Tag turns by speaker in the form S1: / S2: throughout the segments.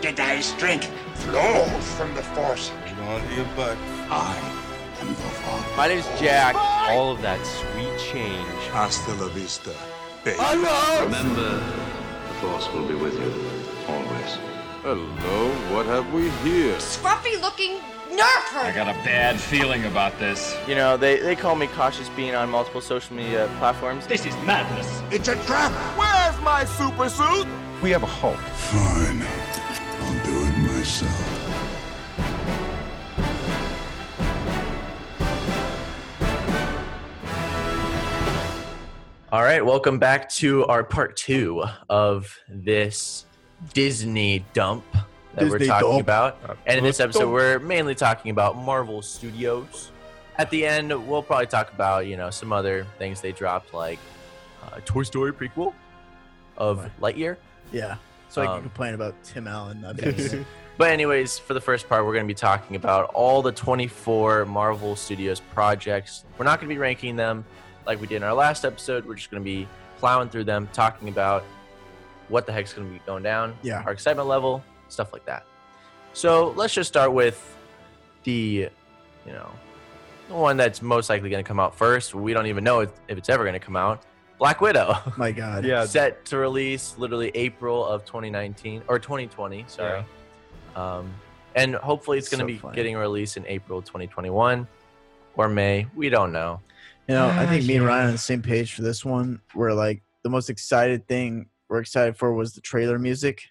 S1: Jedi strength flows from the Force.
S2: You don't want your butt.
S1: I am the Father.
S3: My name's Jack. All of that sweet change.
S2: Hasta la vista, baby.
S4: Remember, the Force will be with you always.
S5: Hello, what have we here?
S6: scruffy looking nerf
S7: I
S6: herder.
S7: got a bad feeling about this.
S3: You know, they, they call me Cautious Bean on multiple social media platforms.
S7: This is madness.
S1: It's a trap.
S3: Where's my super suit?
S8: We have a Hulk.
S2: Fine. I'll do it myself.
S9: All right, welcome back to our part two of this Disney dump that we're
S8: Disney
S9: talking
S8: dump.
S9: about. And in this episode, we're mainly talking about Marvel Studios. At the end, we'll probably talk about you know some other things they dropped, like uh, Toy Story prequel of Lightyear.
S8: Yeah. So I
S9: Um,
S8: can complain about Tim Allen. I guess.
S9: But anyways, for the first part, we're going to be talking about all the 24 Marvel Studios projects. We're not going to be ranking them like we did in our last episode. We're just going to be plowing through them, talking about what the heck's going to be going down,
S8: Yeah.
S9: our excitement level, stuff like that. So let's just start with the, you know, the one that's most likely going to come out first. We don't even know if if it's ever going to come out. Black Widow,
S8: My God.
S10: Yeah,
S9: set to release literally April of 2019 or 2020. Sorry.
S10: yeah.
S9: Um, and hopefully it's going to
S8: So
S9: be
S8: funny.
S9: getting released in April 2021 or May. We don't know.
S8: You know, I think me and Ryan are on the same page for this one. We're like the most excited thing we're excited for was the trailer music.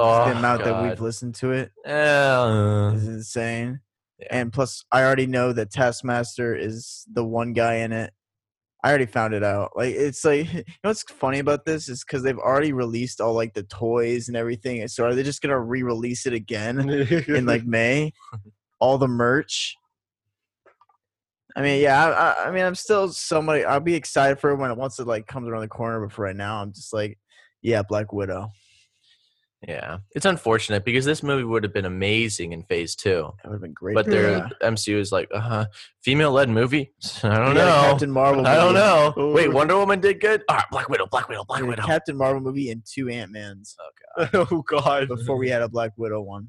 S9: Oh,
S8: the amount that we've
S9: God.
S8: listened to it
S9: Uh,
S8: is insane.
S9: Yeah.
S8: And plus, I already know that Taskmaster is the one guy in it. I already found it out. Like it's like you know what's funny about this is because they've already released all like the toys and everything. So are they just gonna re-release it again in like May? All the merch. I mean, yeah. I, I- I mean, I'm still somebody. I'll be excited for it when it once it like comes around the corner. But for right now, I'm just like, yeah, Black Widow.
S9: yeah, it's unfortunate because this movie would have been amazing in Phase Two,
S8: That would have been great.
S9: but their
S8: Yeah.
S9: MCU is like, uh huh, female-led movie. I don't
S8: We got a
S9: know.
S8: Captain Marvel.
S9: I don't
S8: movie.
S9: know. Wait,
S8: Ooh.
S9: Wonder Woman did good. All right, Black Widow, Black Widow, Black
S8: We had a
S9: Widow.
S8: Captain Marvel movie and two Ant Mans
S10: oh God.
S8: before we had a Black Widow one.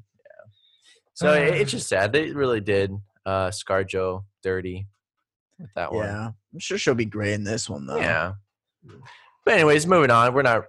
S9: so it, it's just sad. They really did uh, ScarJo dirty with that one.
S8: Yeah, I'm sure she'll be great in this one though.
S9: Yeah. But anyways, moving on. We're not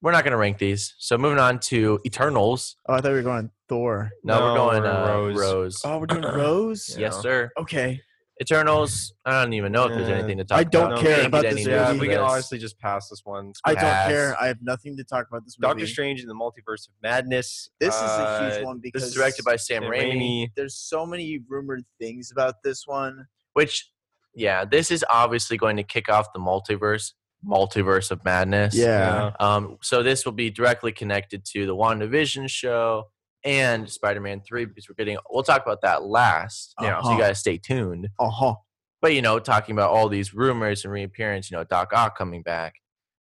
S9: we're not gonna rank these. So moving on to Eternals.
S8: Oh, I thought we were going Thor.
S9: No, we're
S10: No,
S9: going
S10: we're
S9: uh, Rose.
S10: Rose.
S8: Oh, we're doing Rose.
S9: Yes, sir.
S8: Okay.
S9: Eternals. I don't even know if there's
S10: Yeah.
S9: anything to talk.
S8: I don't
S9: about.
S8: care
S9: Can't
S8: about
S9: get
S8: this
S9: any
S10: Yeah,
S9: news
S8: movie.
S10: we
S9: for
S10: can
S9: this.
S10: honestly just pass this one. It's
S8: I
S10: cool.
S9: Pass.
S8: don't care. I have nothing to talk about this movie.
S10: Doctor Strange in the Multiverse of Madness.
S8: This is a
S10: Uh,
S8: huge one because
S9: This is directed by Sam
S10: Sam
S9: Raimi,
S10: Raimi.
S8: There's so many rumored things about this one.
S9: which yeah, this is obviously going to kick off the multiverse, multiverse of madness.
S10: Yeah.
S9: Um, so this will be directly connected to the WandaVision show and Spider-Man 3 because we're getting we'll talk about that last. Yeah. So you
S8: Uh-huh.
S9: guys stay tuned.
S8: Uh huh.
S9: but you know, talking about all these rumors and reappearance, you know, Doc Ock coming back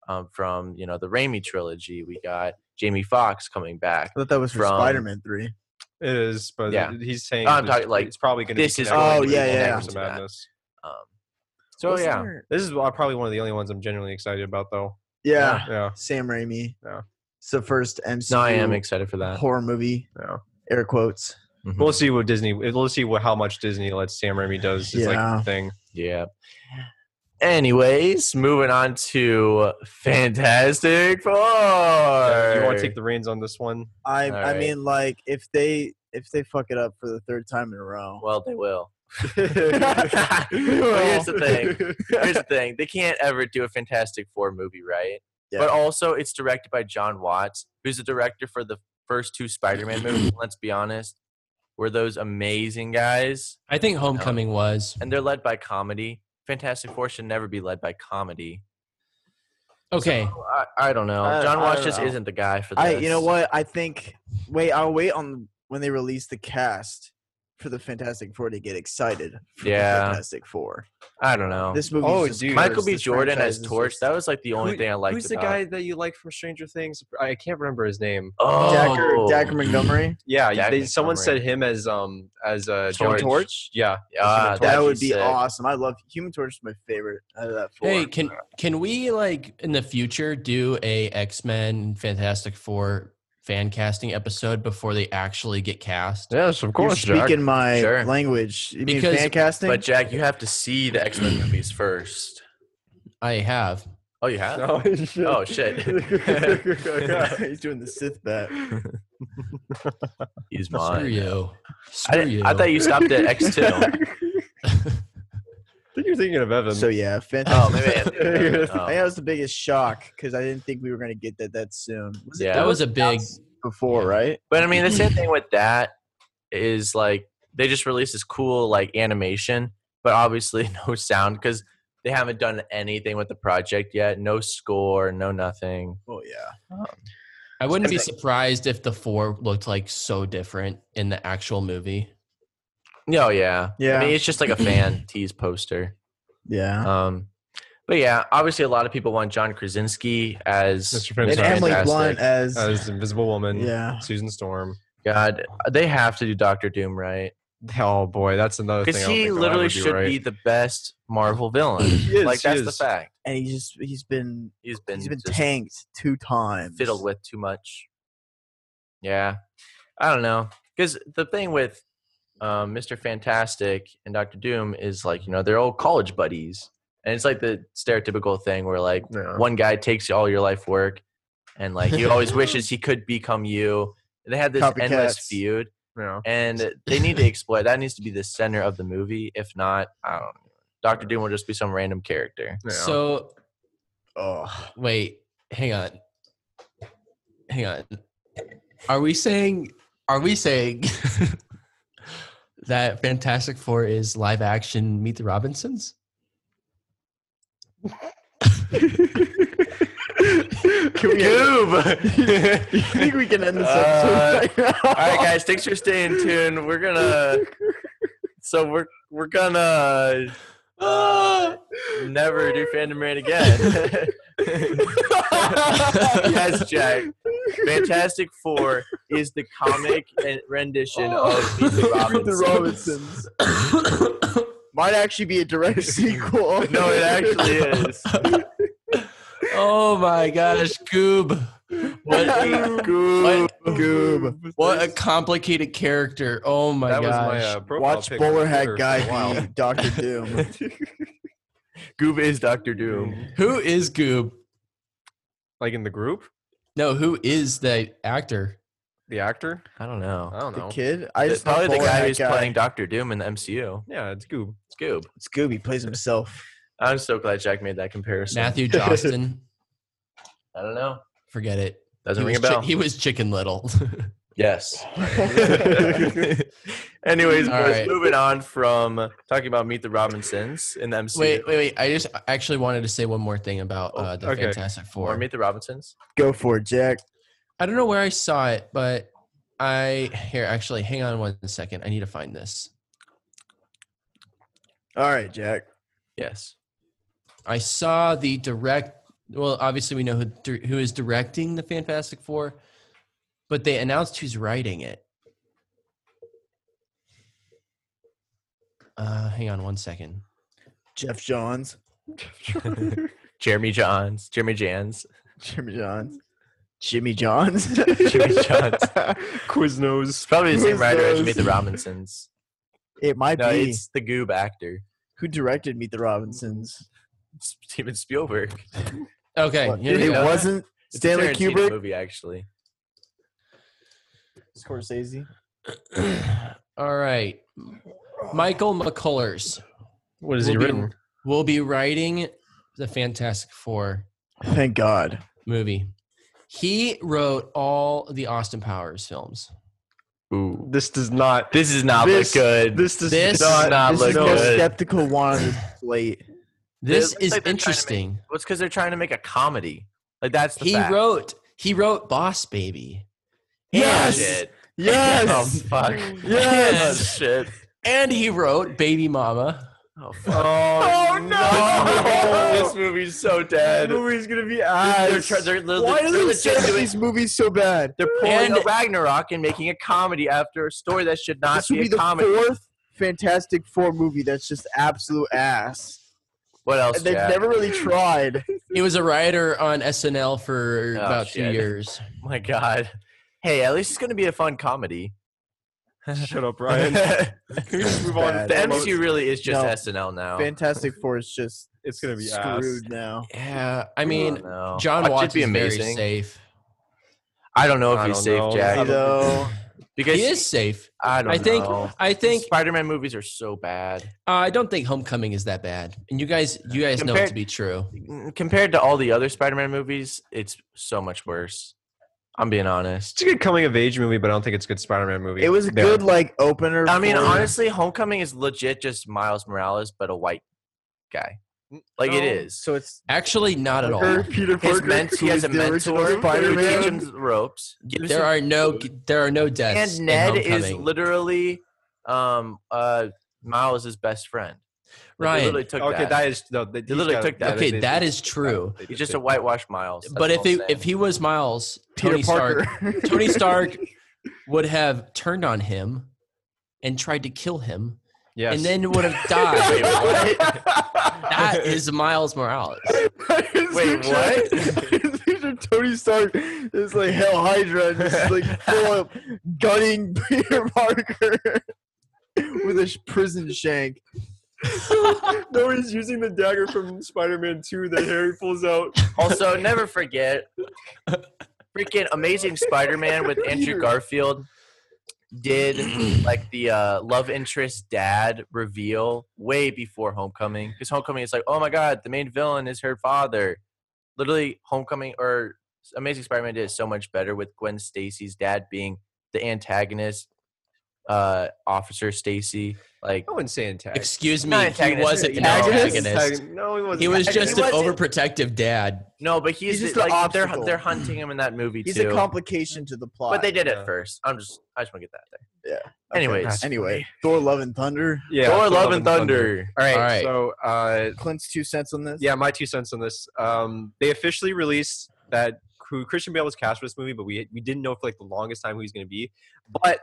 S9: um, from you know the Raimi trilogy. We got Jamie Foxx coming back.
S8: I thought that was for
S9: From-
S8: Spider-Man three.
S10: It is, but
S9: Yeah.
S10: he's saying
S9: I'm
S10: that
S9: talking, like,
S10: it's probably going to
S9: this
S10: be
S9: is
S10: connected
S8: going
S10: with
S8: to be
S10: the
S8: connected
S10: Multiverse
S9: to
S10: of
S9: that.
S10: Madness.
S9: Um, so
S8: Wasn't
S9: yeah,
S8: there-
S10: This is uh, probably one of the only ones I'm genuinely excited about, though.
S8: Yeah.
S10: Yeah,
S8: Sam Raimi.
S10: Yeah.
S8: It's the first MCU
S9: no, I am excited for that.
S8: horror movie.
S10: yeah.
S8: Air quotes.
S9: Mhm.
S10: We'll see what Disney. We'll see what how much Disney lets Sam Raimi does is like
S8: Yeah.
S10: the thing.
S9: Yeah. Anyways, moving on to Fantastic Four.
S10: Yeah, you
S9: You
S10: want to take the reins on this one?
S8: I
S9: All
S8: I
S9: right.
S8: mean like if they if they fuck it up for the third time in a row.
S9: Well, they will. Well, here's the thing. Here's the thing. They can't ever do a Fantastic Four movie, right?
S8: Yeah.
S9: But also, it's directed by John Watts, who's the director for the first two Spider-Man movies. Let's be honest, were those amazing guys,
S11: I think Homecoming was.
S9: and they're led by comedy. Fantastic Four should never be led by comedy.
S11: Okay.
S9: So, I, I don't know.
S8: I-
S9: John
S8: I
S9: Watts
S8: don't
S9: just
S8: know.
S9: isn't the guy for this.
S8: I you know what I think. Wait, I'll wait on when they release the cast for the Fantastic Four to get excited. For
S9: Yeah.
S8: the Fantastic Four.
S9: I don't know.
S8: This movie.
S10: Oh,
S8: is just
S10: dude.
S9: Michael
S8: cursed.
S9: B.
S8: This
S9: Jordan
S8: franchise
S9: as
S8: is
S9: Torch.
S8: just-
S9: That was like the only
S10: Who-
S9: thing I liked.
S10: Who's
S9: about-
S10: the guy that you like from Stranger Things? I can't remember his name.
S9: Oh,
S8: Dacker, Dacker Montgomery.
S10: Yeah,
S9: Jack
S10: they, someone
S9: Montgomery.
S10: said him as um as uh, John
S9: Torch.
S10: Torch. Yeah,
S9: Ah,
S10: Human Torch.
S8: That
S9: that'd
S8: would
S9: be
S8: be
S9: sick.
S8: awesome. I love Human Torch. Is my favorite out of that four.
S11: Hey, can can we like in the future do a X Men Fantastic Four fan casting episode before they actually get cast?
S5: Yes, of
S8: You're
S5: course, Jack.
S8: speaking my
S9: Sure.
S8: language. You
S11: Because-
S8: mean fan casting?
S9: But Jack, you have to see the X Men movies first.
S11: I have.
S9: Oh, you have? Oh, shit.
S8: He's doing the Sith bat.
S9: He's
S11: Screw
S9: mine.
S11: you.
S9: I,
S11: Screw
S9: didn't- I thought you stopped at X two.
S10: I think you're thinking of Evan.
S8: So yeah,
S9: Oh,
S8: fantastic.
S9: maybe. I did.
S8: I think
S9: Oh.
S8: that was the biggest shock because I didn't think we were going to get that that soon. Was it-
S9: Yeah.
S11: that was a big.
S8: before, right?
S9: But I mean, the same thing with that is like they just released this cool like animation, but obviously no sound because they haven't done anything with the project yet. No score, no nothing.
S8: Oh yeah.
S11: I wouldn't be surprised if the four looked like so different in the actual movie.
S9: No, Oh, yeah,
S8: Yeah.
S9: I mean, it's just like a fan tease poster.
S8: Yeah.
S9: Um, but yeah, obviously a lot of people want John Krasinski as
S10: Mr.
S8: and
S10: Fantastic.
S8: Emily
S9: Fantastic.
S8: Blunt as
S10: as Invisible Woman.
S8: yeah.
S10: Susan Storm.
S9: God. They have to do Doctor Doom right
S10: Oh boy, that's another thing. I
S9: because
S10: don't
S9: he
S10: think I'll
S9: literally
S10: ever do
S9: should
S10: right.
S9: be the best Marvel villain.
S10: He is,
S9: like
S10: he
S9: that's the
S10: is.
S9: fact.
S8: And he just he's been
S9: He's been
S8: he's been
S9: just
S8: tanked two times.
S9: fiddled with too much. Yeah, I don't know. Because the thing with um, Mister Fantastic and Doctor Doom is like you know they're old college buddies, and it's like the stereotypical thing where like
S10: Yeah.
S9: one guy takes all your life work, and like he always wishes he could become you. They have this endless
S8: Copycats.
S9: feud,
S10: Yeah.
S9: and they need to explore that. Needs to be the center of the movie. If not, I don't. know. Doctor Doom will just be some random character.
S10: Yeah.
S11: So
S8: Oh,
S11: wait, hang on, hang on. Are we saying? Are we saying that Fantastic Four is live action Meet the Robinsons?
S8: I think we can end this
S9: Uh,
S8: episode right now.
S9: All right, guys. Thanks for staying tuned. We're gonna. So we're we're gonna uh, never do Fandom Rant again. yes, Jack. Fantastic Four is the comic and rendition of Meet Oh. the
S8: Meet the
S9: Robinsons.
S8: Robinsons might actually be a direct sequel.
S9: No, it actually is.
S11: oh my gosh, Goob!
S9: What a goob.
S8: Goob.
S11: What a complicated character! Oh my
S10: that
S11: gosh!
S10: was my uh, profile
S8: Watch
S10: pic
S8: bowler
S10: on
S8: hat
S10: Twitter for a
S8: guy
S10: while.
S8: be Doctor Doom.
S9: Goob is Doctor Doom.
S11: who is Goob?
S10: like in the group,
S11: No, who is the actor?
S10: the actor.
S9: I don't know.
S10: I don't
S8: the
S10: know.
S8: kid. I
S9: It's
S8: just know
S9: probably the
S8: bowler
S9: guy
S8: hat
S9: who's playing Doctor Doom in the MCU.
S10: Yeah, it's Goob.
S9: It's Goob.
S8: Scooby plays himself.
S9: I'm so glad Jack made that comparison.
S11: Matthew Johnston.
S9: I don't know.
S11: Forget it.
S9: Doesn't
S11: he
S9: ring
S11: was
S9: a bell.
S11: chi- he was Chicken Little.
S9: Yes. Anyways,
S11: All
S9: boys,
S11: right.
S9: moving on from talking about Meet the Robinsons in the MCU.
S11: wait, wait, wait. I just actually wanted to say one more thing about uh, the
S10: okay.
S11: Fantastic
S9: or
S11: Four.
S9: Meet the Robinsons.
S8: Go for it, Jack.
S11: I don't know where I saw it, but I here actually hang on one second. I need to find this.
S8: All right, Jack.
S9: Yes.
S11: I saw the direct. Well, obviously we know who dir- who is directing the Fantastic Four, but they announced who's writing it. Uh, hang on one second.
S8: Jeff Johns.
S9: Jeremy Johns. Jeremy Jans.
S8: Jimmy Johns. Jimmy Johns.
S9: Jimmy Johns.
S10: Quiznos.
S9: It's probably the same
S8: Who's
S9: writer as
S8: those?
S9: Meet the Robinsons.
S8: It might
S9: No,
S8: be.
S9: it's the goob actor.
S8: Who directed Meet the Robinsons?
S9: It's Steven Spielberg.
S11: Okay,
S8: What,
S11: here we
S8: it
S11: go.
S8: wasn't
S9: It's a
S8: Stanley
S9: Tarantino
S8: Kubrick.
S9: movie, actually.
S8: Scorsese.
S11: All right, Michael McCullers
S10: What is
S11: Will
S10: he
S11: be-
S10: written?
S11: will be writing the Fantastic Four
S8: Thank God.
S11: movie. He wrote all the Austin Powers films.
S9: Ooh.
S10: This does not.
S9: This is not
S10: This-
S9: look good.
S10: This does
S11: This-
S10: not.
S9: not
S8: This
S9: look
S8: is the most
S9: good.
S8: skeptical one on this plate.
S11: This
S9: looks
S11: is
S9: like they're trying to make-
S11: interesting.
S9: Well, it's because they're trying to make a comedy. Like that's the
S11: He
S9: fact.
S11: wrote he wrote Boss Baby.
S9: Yeah,
S8: Yes!
S9: shit. Oh
S8: Yes.
S9: fuck.
S8: Yes.
S9: Oh, shit.
S11: And he wrote Baby Mama.
S9: Oh, fuck. oh
S8: no!
S9: this movie's so dead.
S8: Oh! This movie's gonna be
S9: They're,
S8: ass.
S9: try- they're, they're,
S8: Why
S9: they're
S8: do they
S9: legit
S8: sell
S9: doing-
S8: these movies so bad?
S9: They're pulling
S11: And-
S9: a Ragnarok and making a comedy after a story that should not
S8: This would
S9: be a
S8: be the
S9: comedy.
S8: fourth Fantastic Four movie that's just absolute ass.
S9: What else?
S8: And they've
S9: Jack?
S8: never really tried.
S11: He was a writer on SNL for
S9: Oh,
S11: about two
S9: shit.
S11: years.
S9: My Oh God. hey, at least it's gonna be a fun comedy.
S10: Shut up, Ryan.
S9: the
S8: It's
S10: move on.
S8: bad.
S10: The
S9: MCU really is just
S8: No.
S9: SNL now.
S8: Fantastic Four is just
S10: It's gonna be ass.
S8: screwed now.
S11: Yeah, I
S9: I
S11: mean,
S9: don't know.
S11: John
S9: Watch it
S11: Watts
S9: be
S11: is very
S9: amazing.
S11: safe.
S9: I don't know
S10: I
S9: if he's
S10: don't
S9: safe,
S10: know.
S8: See,
S9: Jack.
S8: though,
S9: Because
S11: He is safe.
S9: I don't
S11: I think.
S9: know.
S11: I think.
S9: Spider-Man movies are so bad
S11: Uh, I don't think Homecoming is that bad, and you guys, you guys know it to
S9: Compared-
S11: be true.
S9: Mm, compared to all the other Spider-Man movies. It's so much worse. I'm being honest.
S10: It's a good coming of age movie, but I don't think it's a good Spider-Man movie.
S8: it was a
S10: There.
S8: good like opener.
S9: I mean,
S8: for-
S9: honestly, Homecoming is legit just Miles Morales, but a white guy. Like it
S10: No.
S9: is.
S8: Mm, oh, so it's
S11: Actually, not at all.
S8: Parker, Peter
S9: His
S8: Parker.
S9: mentor,
S8: who
S9: he has
S8: is
S9: a
S8: the original
S9: mentor. who teaches
S8: Spider-Man.
S9: him the ropes. gives
S11: There
S9: him-
S11: are no. There are no deaths.
S9: and Ned
S11: in
S9: is
S11: Homecoming.
S9: literally um uh Miles' best friend. Like,
S11: Ryan.
S9: they literally took
S10: okay,
S9: that.
S10: that is no. They, he's
S9: literally
S10: got-
S9: took that.
S11: Okay,
S10: they-
S11: that
S10: they-
S11: is true.
S10: they
S9: He's
S10: did
S9: just a
S10: that.
S9: whitewash Miles. that's
S11: but
S9: all
S11: if
S9: I'm
S11: he
S9: saying.
S11: if he was Miles,
S8: Peter
S11: Tony Stark,
S8: Parker.
S11: Tony Stark would have turned on him and tried to kill him,
S10: Yes.
S11: and then would have died.
S9: Wait, what?
S11: that is Miles Morales.
S9: Wait, what?
S8: Picture Tony Stark is like Hell Hydra and just like full up gunning Peter Parker with a sh- prison shank.
S10: no, he's using the dagger from Spider-Man 2 that Harry pulls out.
S9: Also, never forget freaking Amazing Spider-Man with Andrew Garfield did like the uh, love interest dad reveal way before Homecoming because Homecoming is like, oh my god, the main villain is her father. Literally, Homecoming or Amazing Spider-Man did it so much better with Gwen Stacy's dad being the antagonist, uh, Officer Stacy. Like
S10: No one's saying tag.
S11: Excuse me,
S9: Not
S11: he
S9: antagonist,
S11: wasn't an
S9: no.
S11: antagonist.
S10: No, he wasn't.
S11: He was
S9: He
S11: just an
S9: wasn't-
S11: overprotective dad.
S9: no, but he's,
S8: He's just an
S9: like they're
S8: obstacle.
S9: they're hunting him in that movie
S8: He's
S9: too.
S8: a complication to the plot.
S9: but they did
S10: Yeah.
S9: it first. I'm just I just want to get that there.
S8: Okay.
S9: anyways.
S8: anyway, Thor: Love and Thunder.
S10: yeah,
S9: Thor:
S10: Thor
S9: Love and Thunder.
S10: All right,
S11: All right.
S10: So, uh,
S8: Clint's two cents on this.
S10: yeah, my two cents on this. Um, they officially released that who Christian Bale was cast for this movie, but we we didn't know for like the longest time who he's going to be. But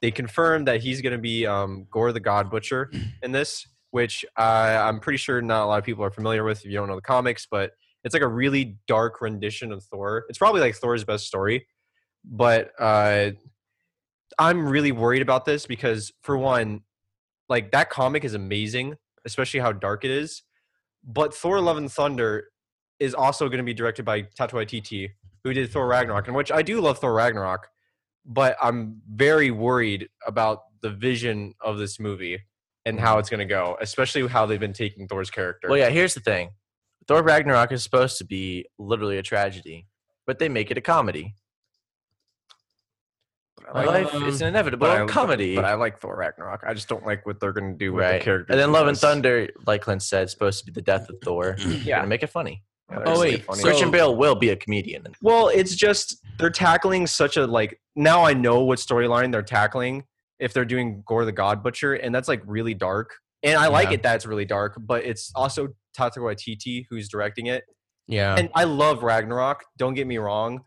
S10: they confirmed that he's going to be um, Gore the God Butcher in this, which uh, I'm pretty sure not a lot of people are familiar with if you don't know the comics. But it's like a really dark rendition of Thor. It's probably like Thor's best story, but uh, I'm really worried about this because for one, like that comic is amazing, especially how dark it is. But Thor: Love and Thunder is also going to be directed by Taika Waititi, who did Thor Ragnarok, and which I do love Thor Ragnarok, but I'm very worried about the vision of this movie and how it's going to go, especially how they've been taking Thor's character.
S9: Mm-hmm. Well, yeah, here's the thing Thor Ragnarok is supposed to be literally a tragedy, but they make it a comedy.
S10: I
S9: Life
S11: um,
S9: is an inevitable
S10: but I-
S9: comedy.
S10: But I like Thor Ragnarok. I just don't like what they're going to do with
S9: right.
S10: the character.
S9: and then Love and
S10: Yes.
S9: Thunder, like Clint said, is supposed to be the death of Thor. They're
S10: Yeah.
S9: gonna make it funny.
S10: Yeah, they're
S11: Oh
S10: just gonna
S11: wait,
S10: be funny.
S11: so-
S9: Christian Bale will be a comedian.
S10: Well, it's just they're tackling such a like now I know what storyline they're tackling if they're doing Gore the God Butcher, and that's like really dark. And I like
S11: Yeah.
S10: it that it's really dark, but it's also Taika Waititi who's directing it.
S11: Yeah,
S10: And I love Ragnarok. Don't get me wrong,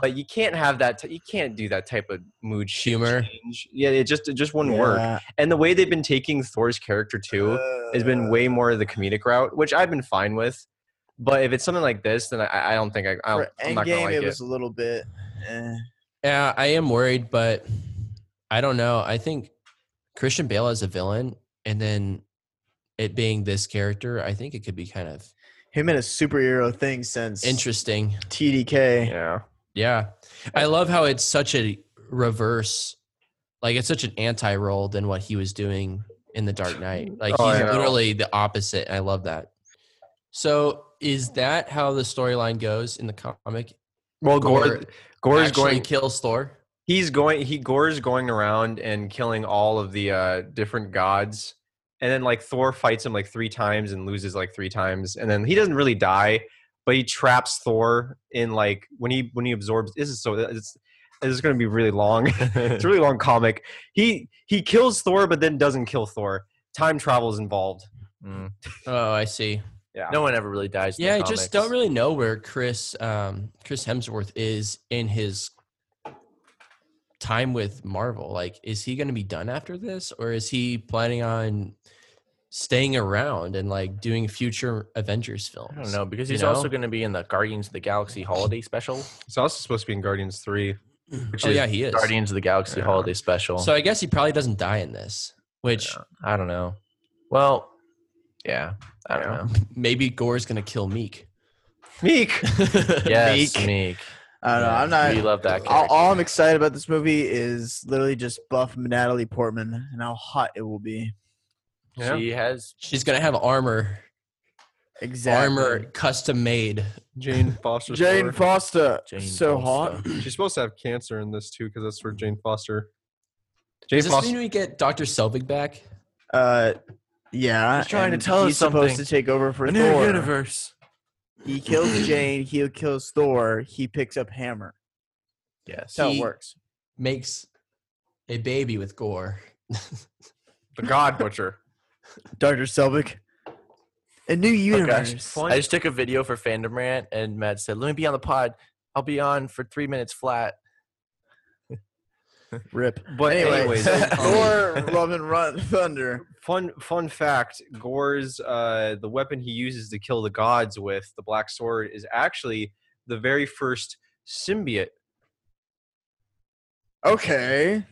S10: but you can't have that. T- you can't do that type of mood sh-
S11: humor.
S10: change. Yeah, it just it just wouldn't work. And the way they've been taking Thor's character too has
S8: uh,
S10: been way more of the comedic route, which I've been fine with. But if it's something like this, then I, I don't think I, I don't,
S8: For
S10: I'm not gonna
S8: Endgame,
S10: like
S8: it
S10: it.
S8: was a little bit. eh.
S11: Yeah, I am worried, but I don't know. I think Christian Bale as a villain, and then it being this character, I think it could be kind of
S8: Him in a superhero thing since
S11: interesting.
S8: TDK.
S10: Yeah.
S11: Yeah, I love how it's such a reverse, like it's such an anti role than what he was doing in the Dark Knight. Like
S10: Oh,
S11: he's
S10: I know.
S11: literally the opposite. I love that. So, is that how the storyline goes in the comic?
S10: Well, Gore,
S11: Gore
S10: Gore, is
S11: Actually
S10: going.
S11: kills Thor.
S10: He's going. He Gore's going around and killing all of the uh, different gods, and then like Thor fights him like three times and loses like three times, and then he doesn't really die, but he traps Thor in like when he when he absorbs. This is so. It's this is going to be really long. it's a
S9: Mm.
S10: really long comic. He he kills Thor, but then doesn't kill Thor. Time travel is involved.
S9: Mm.
S11: Oh, I see.
S10: Yeah.
S9: No one ever really dies. in the
S11: Yeah, I just don't
S9: comics.
S11: really know where Chris um, Chris Hemsworth is in his time with Marvel. Like, is he going to be done after this, or is he planning on staying around and like doing future Avengers films?
S9: I don't know because
S11: You
S9: he's
S11: know?
S9: also going to be in the Guardians of the Galaxy holiday special.
S10: It's also supposed to be in Guardians three.
S9: Which
S11: Oh
S9: is
S11: yeah, he is.
S9: Guardians of the Galaxy
S11: Yeah.
S9: Holiday Special.
S11: So I guess he probably doesn't die in this, which
S9: I don't know. Well, yeah, I don't
S10: Yeah.
S9: know.
S11: maybe Gore's gonna kill Meek.
S10: Meek.
S9: Yes, Meek.
S8: Meek. I don't know. I'm not.
S9: We love that.
S8: all,
S9: character.
S8: all I'm excited about this movie is literally just buff Natalie Portman and how hot it will be.
S9: She has.
S11: She's gonna have armor,
S8: Exactly.
S11: armor custom made.
S10: Jane Foster.
S8: Jane Foster,
S9: Jane
S8: so hot.
S9: Foster.
S10: She's supposed to have cancer in this too, because that's where Jane Foster. Jane
S11: Does this mean
S10: Foster.
S11: we get Doctor Selvig back?
S8: Uh, yeah.
S9: He's trying to
S8: and
S9: tell us
S8: he's supposed
S9: something.
S8: to take over for
S9: A new
S8: Thor.
S9: universe.
S8: He kills Jane. He kills Thor. He picks up Hammer.
S9: Yes.
S8: That's how
S11: He-
S8: it works.
S11: Makes a baby with Gore.
S10: The God Butcher.
S8: Doctor Selvig. A new universe.
S9: I just took a video for Fandom Rant, and Matt said, "Let me be on the pod. I'll be on for three minutes flat."
S8: Rip.
S10: But
S8: Anyways,
S10: anyways,
S8: Thor, Love and Run Thunder.
S10: fun fun fact: Gore's uh, the weapon he uses to kill the gods with the black sword is actually the very first symbiote.
S8: Okay.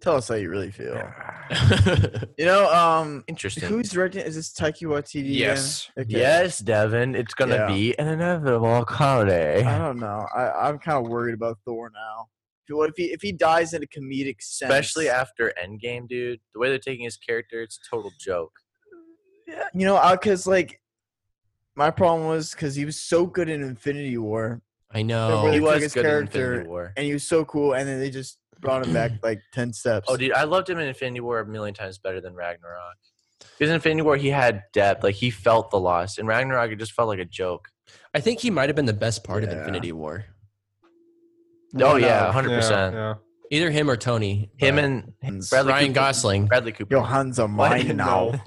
S8: Tell us how you really feel.
S9: Interesting.
S8: You know, um, who's directing? Is this Taiki Waititi? again?
S10: Yes.
S8: Okay.
S9: Yes, Devin. It's gonna
S8: Yeah.
S9: be an inevitable comedy.
S8: I don't know. I, I'm kind of worried about Thor now. If- What if he if he dies in a comedic sense?
S9: Especially after Endgame, dude. The way they're taking his character, it's a total joke.
S8: you know, because like my problem was because he was so good in Infinity War
S9: he
S8: Where
S11: I
S8: they
S11: know.
S8: took
S9: was
S8: his
S9: good in
S8: character
S9: Infinity War.
S8: and he was so cool, and then they just brought him back like ten steps.
S9: Oh, dude, I loved him in Infinity War a million times better than Ragnarok. Because in Infinity War, he had depth. Like, he felt the loss. In Ragnarok, it just felt like a joke.
S11: I think he might have been the best part of
S8: Yeah.
S11: Infinity War.
S9: Oh, yeah,
S10: Yeah,
S9: 100%.
S10: yeah.
S11: Either him or Tony.
S9: Him
S11: but-
S9: and
S8: And
S9: Bradley
S11: Ryan
S9: Cooper-
S11: Gosling.
S9: Bradley Cooper.
S8: Johan's a mine now.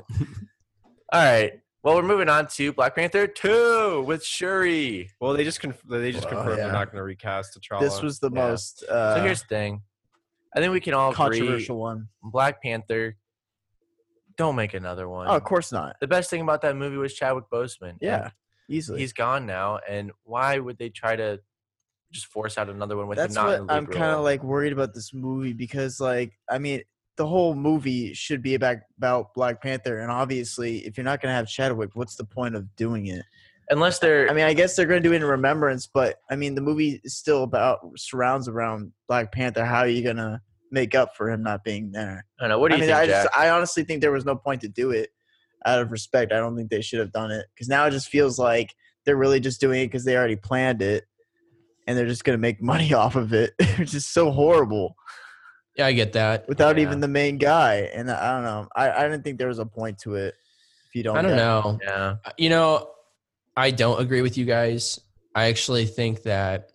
S9: All right. Well, we're moving on to Black Panther 2 with Shuri.
S10: Well, they just conf- they just
S8: Well,
S10: confirmed
S8: yeah.
S10: they're not going to recast T'Challa.
S8: This was the
S9: Yeah.
S8: most uh,
S9: So here's the thing. I think we can all agree
S8: controversial one.
S9: Black Panther, don't make another one.
S8: Oh, of course not.
S9: The best thing about that movie was Chadwick Boseman. and
S8: Yeah, easily.
S9: He's gone now, and why would they try to just force out another one with him
S8: That's
S9: not
S8: what
S9: in the
S8: I'm
S9: lead
S8: kind of
S9: role?
S8: like worried about this movie because, like, I mean, the whole movie should be about about Black Panther, and obviously, if you're not gonna have Chadwick, what's the point of doing it?
S9: Unless they're.
S8: I mean, I guess they're gonna do it in remembrance, but I mean, the movie is still about surrounds around Black Panther. How are you gonna make up for him not being there?
S9: I don't know. What do
S8: I
S9: you
S8: mean,
S9: think,
S8: I
S9: Jack?
S8: just, I honestly think there was no point to do it out of respect. I don't think they should have done it because now it just feels like they're really just doing it because they already planned it and they're just going to make money off of it, which is so horrible
S11: Yeah, I get that.
S8: without
S9: Yeah.
S8: even the main guy. And I don't know. I, I didn't think there was a point to it. If you don't,
S11: I don't
S8: get-
S11: know.
S9: yeah.
S11: You know, I don't agree with you guys. I actually think that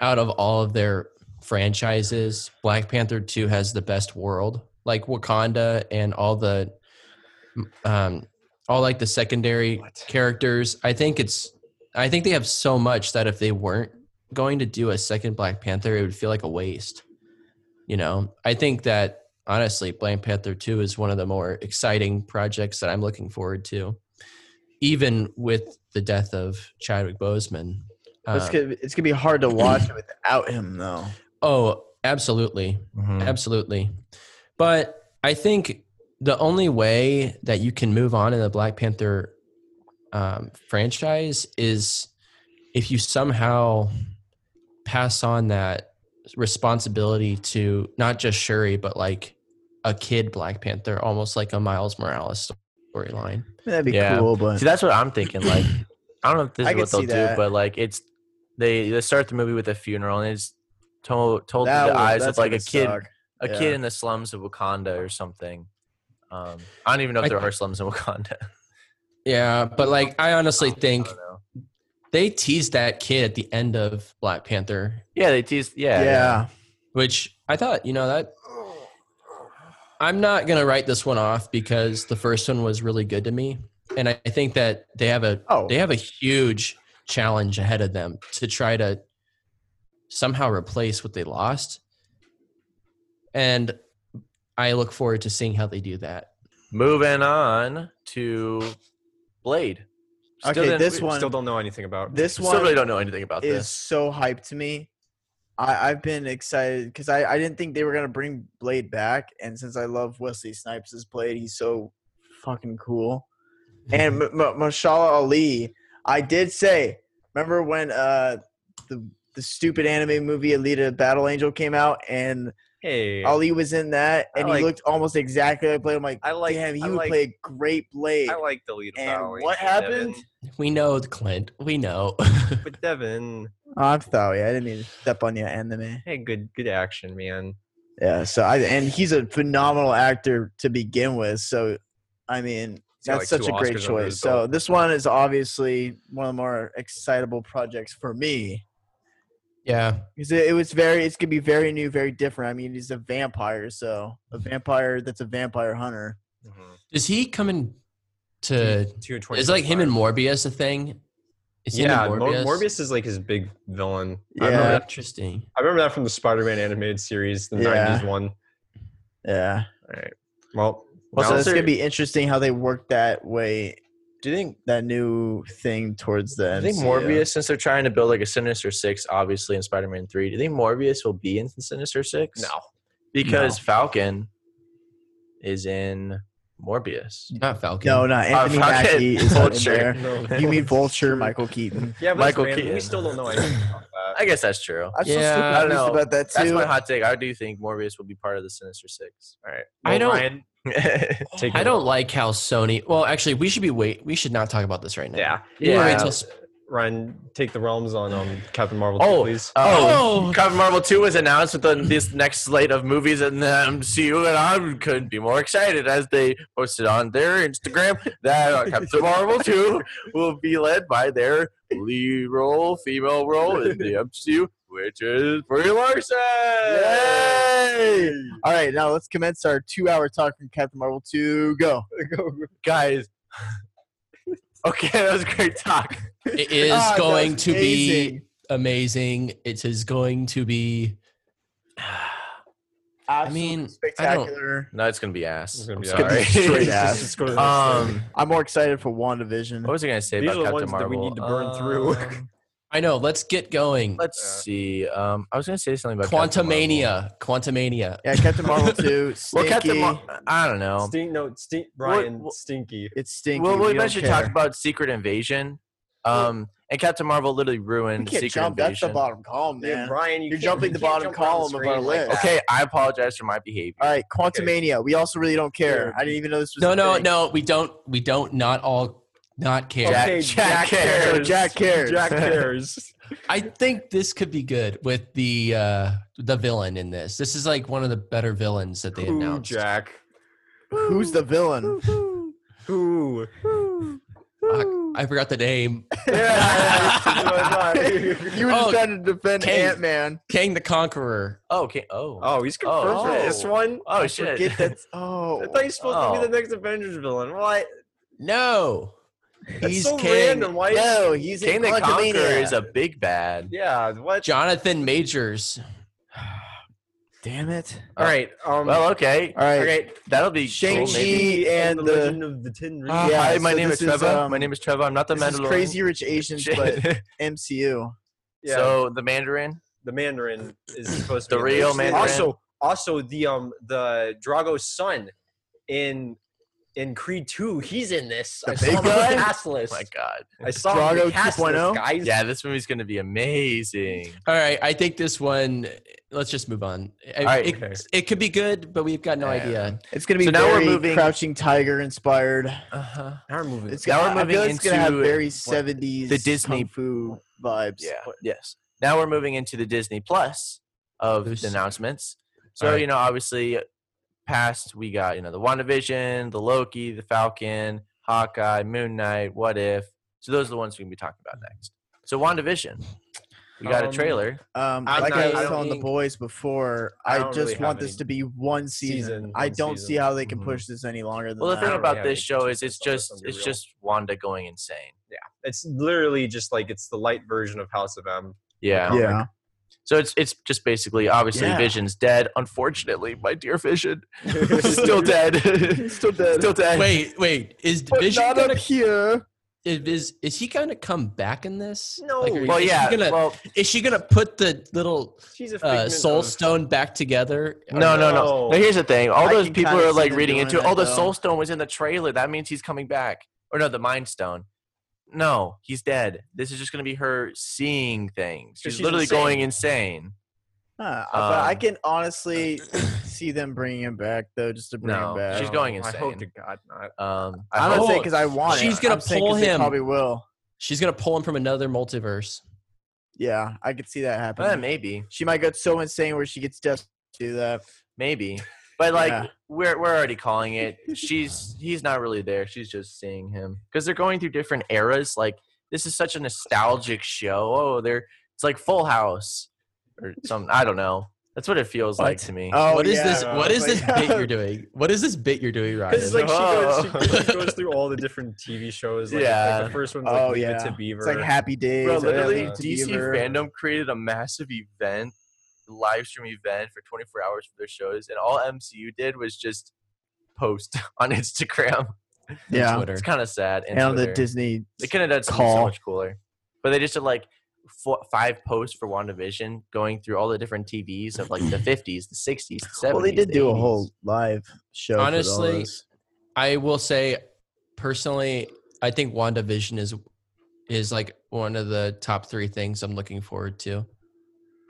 S11: out of all of their franchises, Black Panther 2 has the best world. Like Wakanda and all the um all like the secondary characters. I think it's I think they have so much that if they weren't going to do a second Black Panther, it would feel like a waste. You know, I think that honestly, Black Panther 2 is one of the more exciting projects that I'm looking forward to, even with the death of Chadwick Boseman.
S8: It's
S9: uh,
S11: Um,
S8: gonna, it's gonna be hard to watch it without him, though.
S11: Oh, absolutely.
S9: Mm-hmm.
S11: Absolutely. But I think the only way that you can move on in the Black Panther um, franchise is if you somehow pass on that responsibility to not just Shuri, but like a kid Black Panther, almost like a Miles Morales storyline.
S8: That'd be
S9: Yeah.
S8: cool, but
S9: See, that's what I'm thinking. Like, I don't know if this
S8: I
S9: is
S8: could
S9: what they'll
S8: see
S9: do,
S8: that.
S9: but like, it's they they start the movie with a funeral and it's told told
S8: that
S9: through the
S8: would-
S9: eyes of
S8: that's
S9: like a
S8: gonna
S9: kid,
S8: suck.
S9: a
S8: yeah.
S9: kid in the slums of Wakanda or something. Um, I don't even know if
S11: I
S9: there
S11: think-
S9: are slums in Wakanda.
S11: Yeah, but like I honestly think
S9: I don't know.
S11: they teased that kid at the end of Black Panther
S9: Yeah, they teased. Yeah,
S8: Yeah,
S11: which I thought, you know, that I'm not going to write this one off because the first one was really good to me. And I I think that they have a
S8: Oh.
S11: they have a huge challenge ahead of them to try to somehow replace what they lost. And I look forward to seeing how they do that.
S9: Moving on to Blade.
S8: Okay,
S9: didn't-
S8: this
S9: we
S8: one-
S10: Still don't know anything about.
S8: This
S9: Still
S8: one
S9: really don't know anything about
S8: is
S9: this.
S8: so hyped to me. I, I've been excited because I, I didn't think they were gonna bring Blade back, and since I love Wesley Snipes' as Blade, he's so fucking cool. And
S10: Mm-hmm.
S8: M- M- Mashallah Ali, I did say, remember when uh the the stupid anime movie Alita Battle Angel came out, and
S10: Hey,
S8: Ali was in that,
S10: I
S8: and
S10: like-
S8: he looked almost exactly like Blade. I'm like,
S10: I like-
S8: damn, he
S10: I
S8: would
S10: like-
S8: play a great Blade.
S10: I like the lead. of
S8: And
S10: Power Rangers,
S8: what happened?
S10: Devin.
S11: We know, Clint. We know.
S10: But Devin,
S8: Oh, I'm sorry, I didn't mean to step on your anime.
S10: hey, good good action, man.
S8: Yeah, so I and he's a phenomenal actor to begin with. So, I mean,
S10: He's got,
S8: that's
S10: like,
S8: such
S10: two
S8: a
S10: Oscars
S8: great
S10: under his
S8: choice. So
S10: belt.
S8: this one is obviously one of the more excitable projects for me
S11: yeah.
S8: because it, it was very, it's gonna be very new, very different. I mean, he's a vampire, so a vampire that's a vampire hunter.
S9: Mm-hmm.
S11: Does he come in to?
S10: Two and twenty.
S11: Is like him and Morbius a thing? Is he in
S10: yeah, Mor-
S11: Morbius?
S10: Morbius? is like his big villain. I
S8: Yeah.
S10: remember, that,
S11: Interesting.
S10: I remember that from the Spider-Man animated series, the
S8: Yeah.
S10: '90s one.
S8: Yeah.
S10: Well,
S8: so
S10: now-
S8: it's gonna be interesting how they work that way,
S9: Do you think
S8: that new thing towards the
S9: I think
S8: MCU.
S9: Morbius, since they're trying to build like a Sinister Six, obviously in Spider-Man Three, do you think Morbius will be in Sinister Six?
S10: No.
S9: because Falcon is in Morbius.
S11: Not Falcon.
S8: No,
S10: Uh,
S8: not Anthony
S9: fucking
S8: Mackie is not in
S9: Vulture.
S8: there.
S10: No.
S8: You mean Vulture, Michael Keaton?
S10: Yeah, but
S9: Michael
S10: Michael Keaton.
S9: Keaton.
S10: We still don't know uh, anything about that.
S9: I guess that's true.
S8: I'm
S11: Yeah,
S8: so
S9: I don't
S8: stupid
S9: know.
S8: about that too.
S9: That's my hot take. I do think Morbius will be part of the Sinister Six.
S10: All right.
S11: I don't-
S10: Ryan, take
S11: I
S10: it.
S11: don't like how Sony. Well, actually, we should be wait. We should not talk about this right now.
S10: Yeah.
S11: We need to wait
S9: Yeah.
S11: till sp-
S10: Ryan, take the realms on um, Captain Marvel,
S9: Oh,
S10: please.
S9: Oh, Captain Marvel 2 was announced with the, this next slate of movies in the MCU, and I couldn't be more excited as they posted on their Instagram that uh, Captain Marvel 2 will be led by their lead role, female role in the MCU, which is Brie Larson.
S8: All right, now let's commence our two-hour talk from Captain Marvel 2. Go.
S9: Guys. Okay, that was a great talk.
S11: it is
S8: Ah, that
S11: going
S8: was
S11: to be
S8: amazing.
S11: amazing. It is going to be.
S8: Absolutely
S11: mean, I don't-
S8: spectacular.
S9: No, it's gonna be ass.
S10: It's gonna
S9: I'm
S10: be
S9: sorry.
S8: ass. Straight ass.
S10: Let's go to the next thing.
S9: um,
S8: I'm more excited for WandaVision.
S9: what was I gonna say
S10: These
S9: about
S10: are the
S9: Captain
S10: ones that we
S9: Marvel?
S10: need to burn through.
S9: Um,
S11: I know. Let's get going.
S9: Let's
S10: Yeah.
S9: see. Um, I was gonna say something about Captain Marvel.
S11: Quantumania. Quantumania.
S8: yeah, Captain Marvel 2.
S9: Well,
S8: Stinky.
S9: Captain, Mar- I don't know.
S10: Stink, no, stink, Ryan,
S9: um, what-
S10: stinky.
S8: it's stinky.
S9: Well, we
S8: don't
S9: mentioned
S8: care.
S9: talk about Secret Invasion. Um, and Captain Marvel literally
S8: You
S9: ruined
S8: can't
S9: Secret
S8: jump. That's the
S9: Invasion.
S8: bottom column,
S10: Yeah,
S8: man.
S10: Ryan, you
S8: You're
S10: can't-
S8: jumping
S10: you
S8: the
S10: can't
S8: bottom
S10: jump around the
S8: column of
S10: screen
S8: our
S10: like
S8: list.
S10: that.
S9: Okay, I apologize for my behavior.
S8: All right, Quantumania. We also really don't care. I didn't even know this was.
S11: No,
S8: a
S11: no,
S8: thing.
S11: no. We don't. We don't. Not all. Not care.
S10: Jack-
S9: Jack,
S10: Jack
S9: cares.
S8: So Jack cares.
S10: Jack cares.
S11: I think this could be good with the uh the villain in this. This is like one of the better villains that they
S10: Ooh,
S11: announced.
S10: Jack.
S8: Who's the villain?
S10: Ooh.
S11: Fuck, I forgot the name.
S10: Yeah.
S8: You were just
S11: Oh,
S8: trying to defend
S11: Kang.
S8: Ant Man.
S11: King the Conqueror.
S9: Oh, okay. Oh.
S10: oh, he's confirmed for
S9: Oh.
S10: this one.
S9: Oh, shit.
S8: Get that.
S10: I
S8: Oh,
S10: thought he was supposed to
S9: Oh.
S10: be the next Avengers villain. What?
S11: No.
S10: That's
S11: He's
S10: so
S11: King.
S10: random. Why?
S8: no, he's
S9: King
S8: in
S9: the
S8: Quantumania.
S9: Conqueror is a big bad.
S10: Yeah. What?
S11: Jonathan Majors.
S8: Damn it!
S10: All right. Um.
S9: Well, okay.
S8: All right,
S10: okay.
S9: That'll be
S8: Shang-Chi
S9: cool, maybe.
S8: and
S10: the
S8: the-
S10: Legend of the Tin Rings.
S8: yeah,
S9: Hi, my
S8: so
S9: name is
S8: this is,
S9: Trevor. my
S8: um,
S9: name is Trevor. I'm not the
S8: this is
S9: Mandalorian.
S8: Crazy Rich Asians, but MCU.
S10: Yeah,
S9: So the Mandarin.
S10: the Mandarin is supposed to
S9: The
S10: be
S9: real
S10: next.
S9: Mandarin.
S10: Also, also the um the Drago's son in in Creed Two. He's in this.
S8: The
S10: I saw
S8: big
S10: him on the
S8: guy?
S10: cast list.
S9: Oh my God.
S10: I saw him on the
S8: Drago
S10: cast
S8: 2.0?
S10: list, guys.
S9: Yeah, this movie's gonna be amazing.
S11: All right, I think this one. Let's just move on. I-
S9: All right,
S11: it,
S10: okay.
S11: it could be good, but we've got no
S9: Yeah.
S11: idea.
S8: It's gonna be
S9: So now we're
S8: very
S9: moving-
S8: Crouching Tiger inspired.
S9: Uh-huh.
S10: Our movie.
S8: It's
S9: Now
S8: gonna,
S9: we're
S8: I feel
S9: moving
S8: like it's gonna have
S9: into
S8: very seventies
S9: the Disney-
S8: kung fu vibes.
S9: Yeah. Yes. Now we're moving into the Disney Plus of
S11: Loose.
S9: the announcements. So
S11: Alright.
S9: you know, obviously, uh, past we got you know the WandaVision, the Loki, the Falcon, Hawkeye, Moon Knight, What If. So those are the ones we can be talking about next. So WandaVision, we got a
S10: Um,
S9: trailer.
S8: Um,
S10: I'm
S8: like
S10: not-
S8: I
S10: I
S8: was
S10: don't
S8: telling the
S9: think-
S8: boys before,
S10: I
S8: I,
S10: don't
S8: just
S10: really
S8: want
S10: have
S8: this
S10: any
S8: to be one season.
S10: season,
S8: I
S10: one
S8: don't see
S10: season.
S8: how they can
S9: Mhm.
S8: push this any longer than
S9: Well, the
S8: that.
S9: thing
S10: don't
S9: about
S10: really
S9: this
S10: have
S9: show
S10: any
S9: is it's
S10: context on this,
S9: just
S10: I'll be
S9: it's
S10: real.
S9: just Wanda going insane.
S10: It's literally just like it's the light version of House of M.
S9: Yeah.
S10: Yeah.
S8: yeah,
S9: So it's it's just basically obviously
S8: Yeah.
S9: Vision's dead. Unfortunately, my dear Vision, still dead.
S8: still dead.
S9: Still dead.
S11: Wait, wait. Is
S8: But
S11: Vision
S8: not
S11: gonna,
S8: up here.
S11: it is is he going to come back in this?
S10: No.
S11: are-
S10: Well,
S11: is she
S9: yeah,
S11: gonna-
S9: well-
S11: is she gonna put the little
S10: She's a
S11: uh,
S10: figment
S11: soul
S10: of-
S11: stone back together?
S9: No, no, no.
S10: No.
S9: No, here's the thing. All
S8: I
S9: those
S8: can
S9: people
S8: kinda
S9: are
S8: see
S9: like
S8: them
S9: reading
S8: doing
S9: into,
S8: that,
S9: oh, the
S8: though.
S9: Soul Stone was in the trailer. That means he's coming back. Or no, the Mind Stone. No, he's dead. This is just going to be her seeing things.
S10: So
S9: She's,
S10: she's
S9: literally
S10: insane.
S9: going insane.
S8: Huh, Uh, but I
S9: Um,
S8: can honestly see them bringing him back though, just to bring
S9: No,
S8: him back.
S9: she's going
S10: I hope to
S9: insane.
S10: God not.
S9: Um,
S8: I'm not
S11: hope-
S8: saying because I want it.
S11: She's gonna
S8: I'm saying
S11: pull
S8: 'cause they
S11: him.
S8: Probably will.
S11: She's gonna pull him from another multiverse.
S8: Yeah, I could see that happening.
S9: eh, maybe,
S8: she might go so insane where she gets desperate to do that.
S9: maybe. But like
S8: Yeah.
S9: we're we're already calling it. She's he's not really there. She's just seeing him because they're going through different eras. Like this is such a nostalgic show. Oh, they're it's like Full House or something. I don't know. That's what it feels like
S11: What?
S9: to me.
S8: Oh,
S11: What is
S8: yeah,
S11: this?
S8: I
S11: What
S8: was
S11: is
S8: like,
S11: this bit you're doing? What is this bit you're doing, Ryan?
S10: Because like she
S9: Oh.
S10: goes, she goes- goes through all the different TV shows. Like,
S9: Yeah.
S10: like the first one's like
S8: Oh,
S10: Leave
S8: yeah.
S10: It to Beaver.
S8: It's like Happy Days.
S9: Bro,
S8: or
S9: literally,
S8: Leave It to
S9: DC
S8: Beaver.
S9: fandom created a massive event, live stream event for 24 hours for their shows, and all MCU did was just post on Instagram.
S8: Yeah,
S11: Twitter.
S9: It's kind of sad.
S8: and on the
S9: Twitter.
S8: Disney.
S9: They could have done something so
S8: Call.
S9: much cooler, but they just did like four, five posts for WandaVision, going through all the different TVs of like the 50s, the 60s, the 70s.
S8: Well, they did
S9: the
S8: do a
S9: 80s.
S8: whole live show. for all
S11: Honestly,
S8: those.
S11: I will say personally, I think WandaVision is is like one of the top three things I'm looking forward to.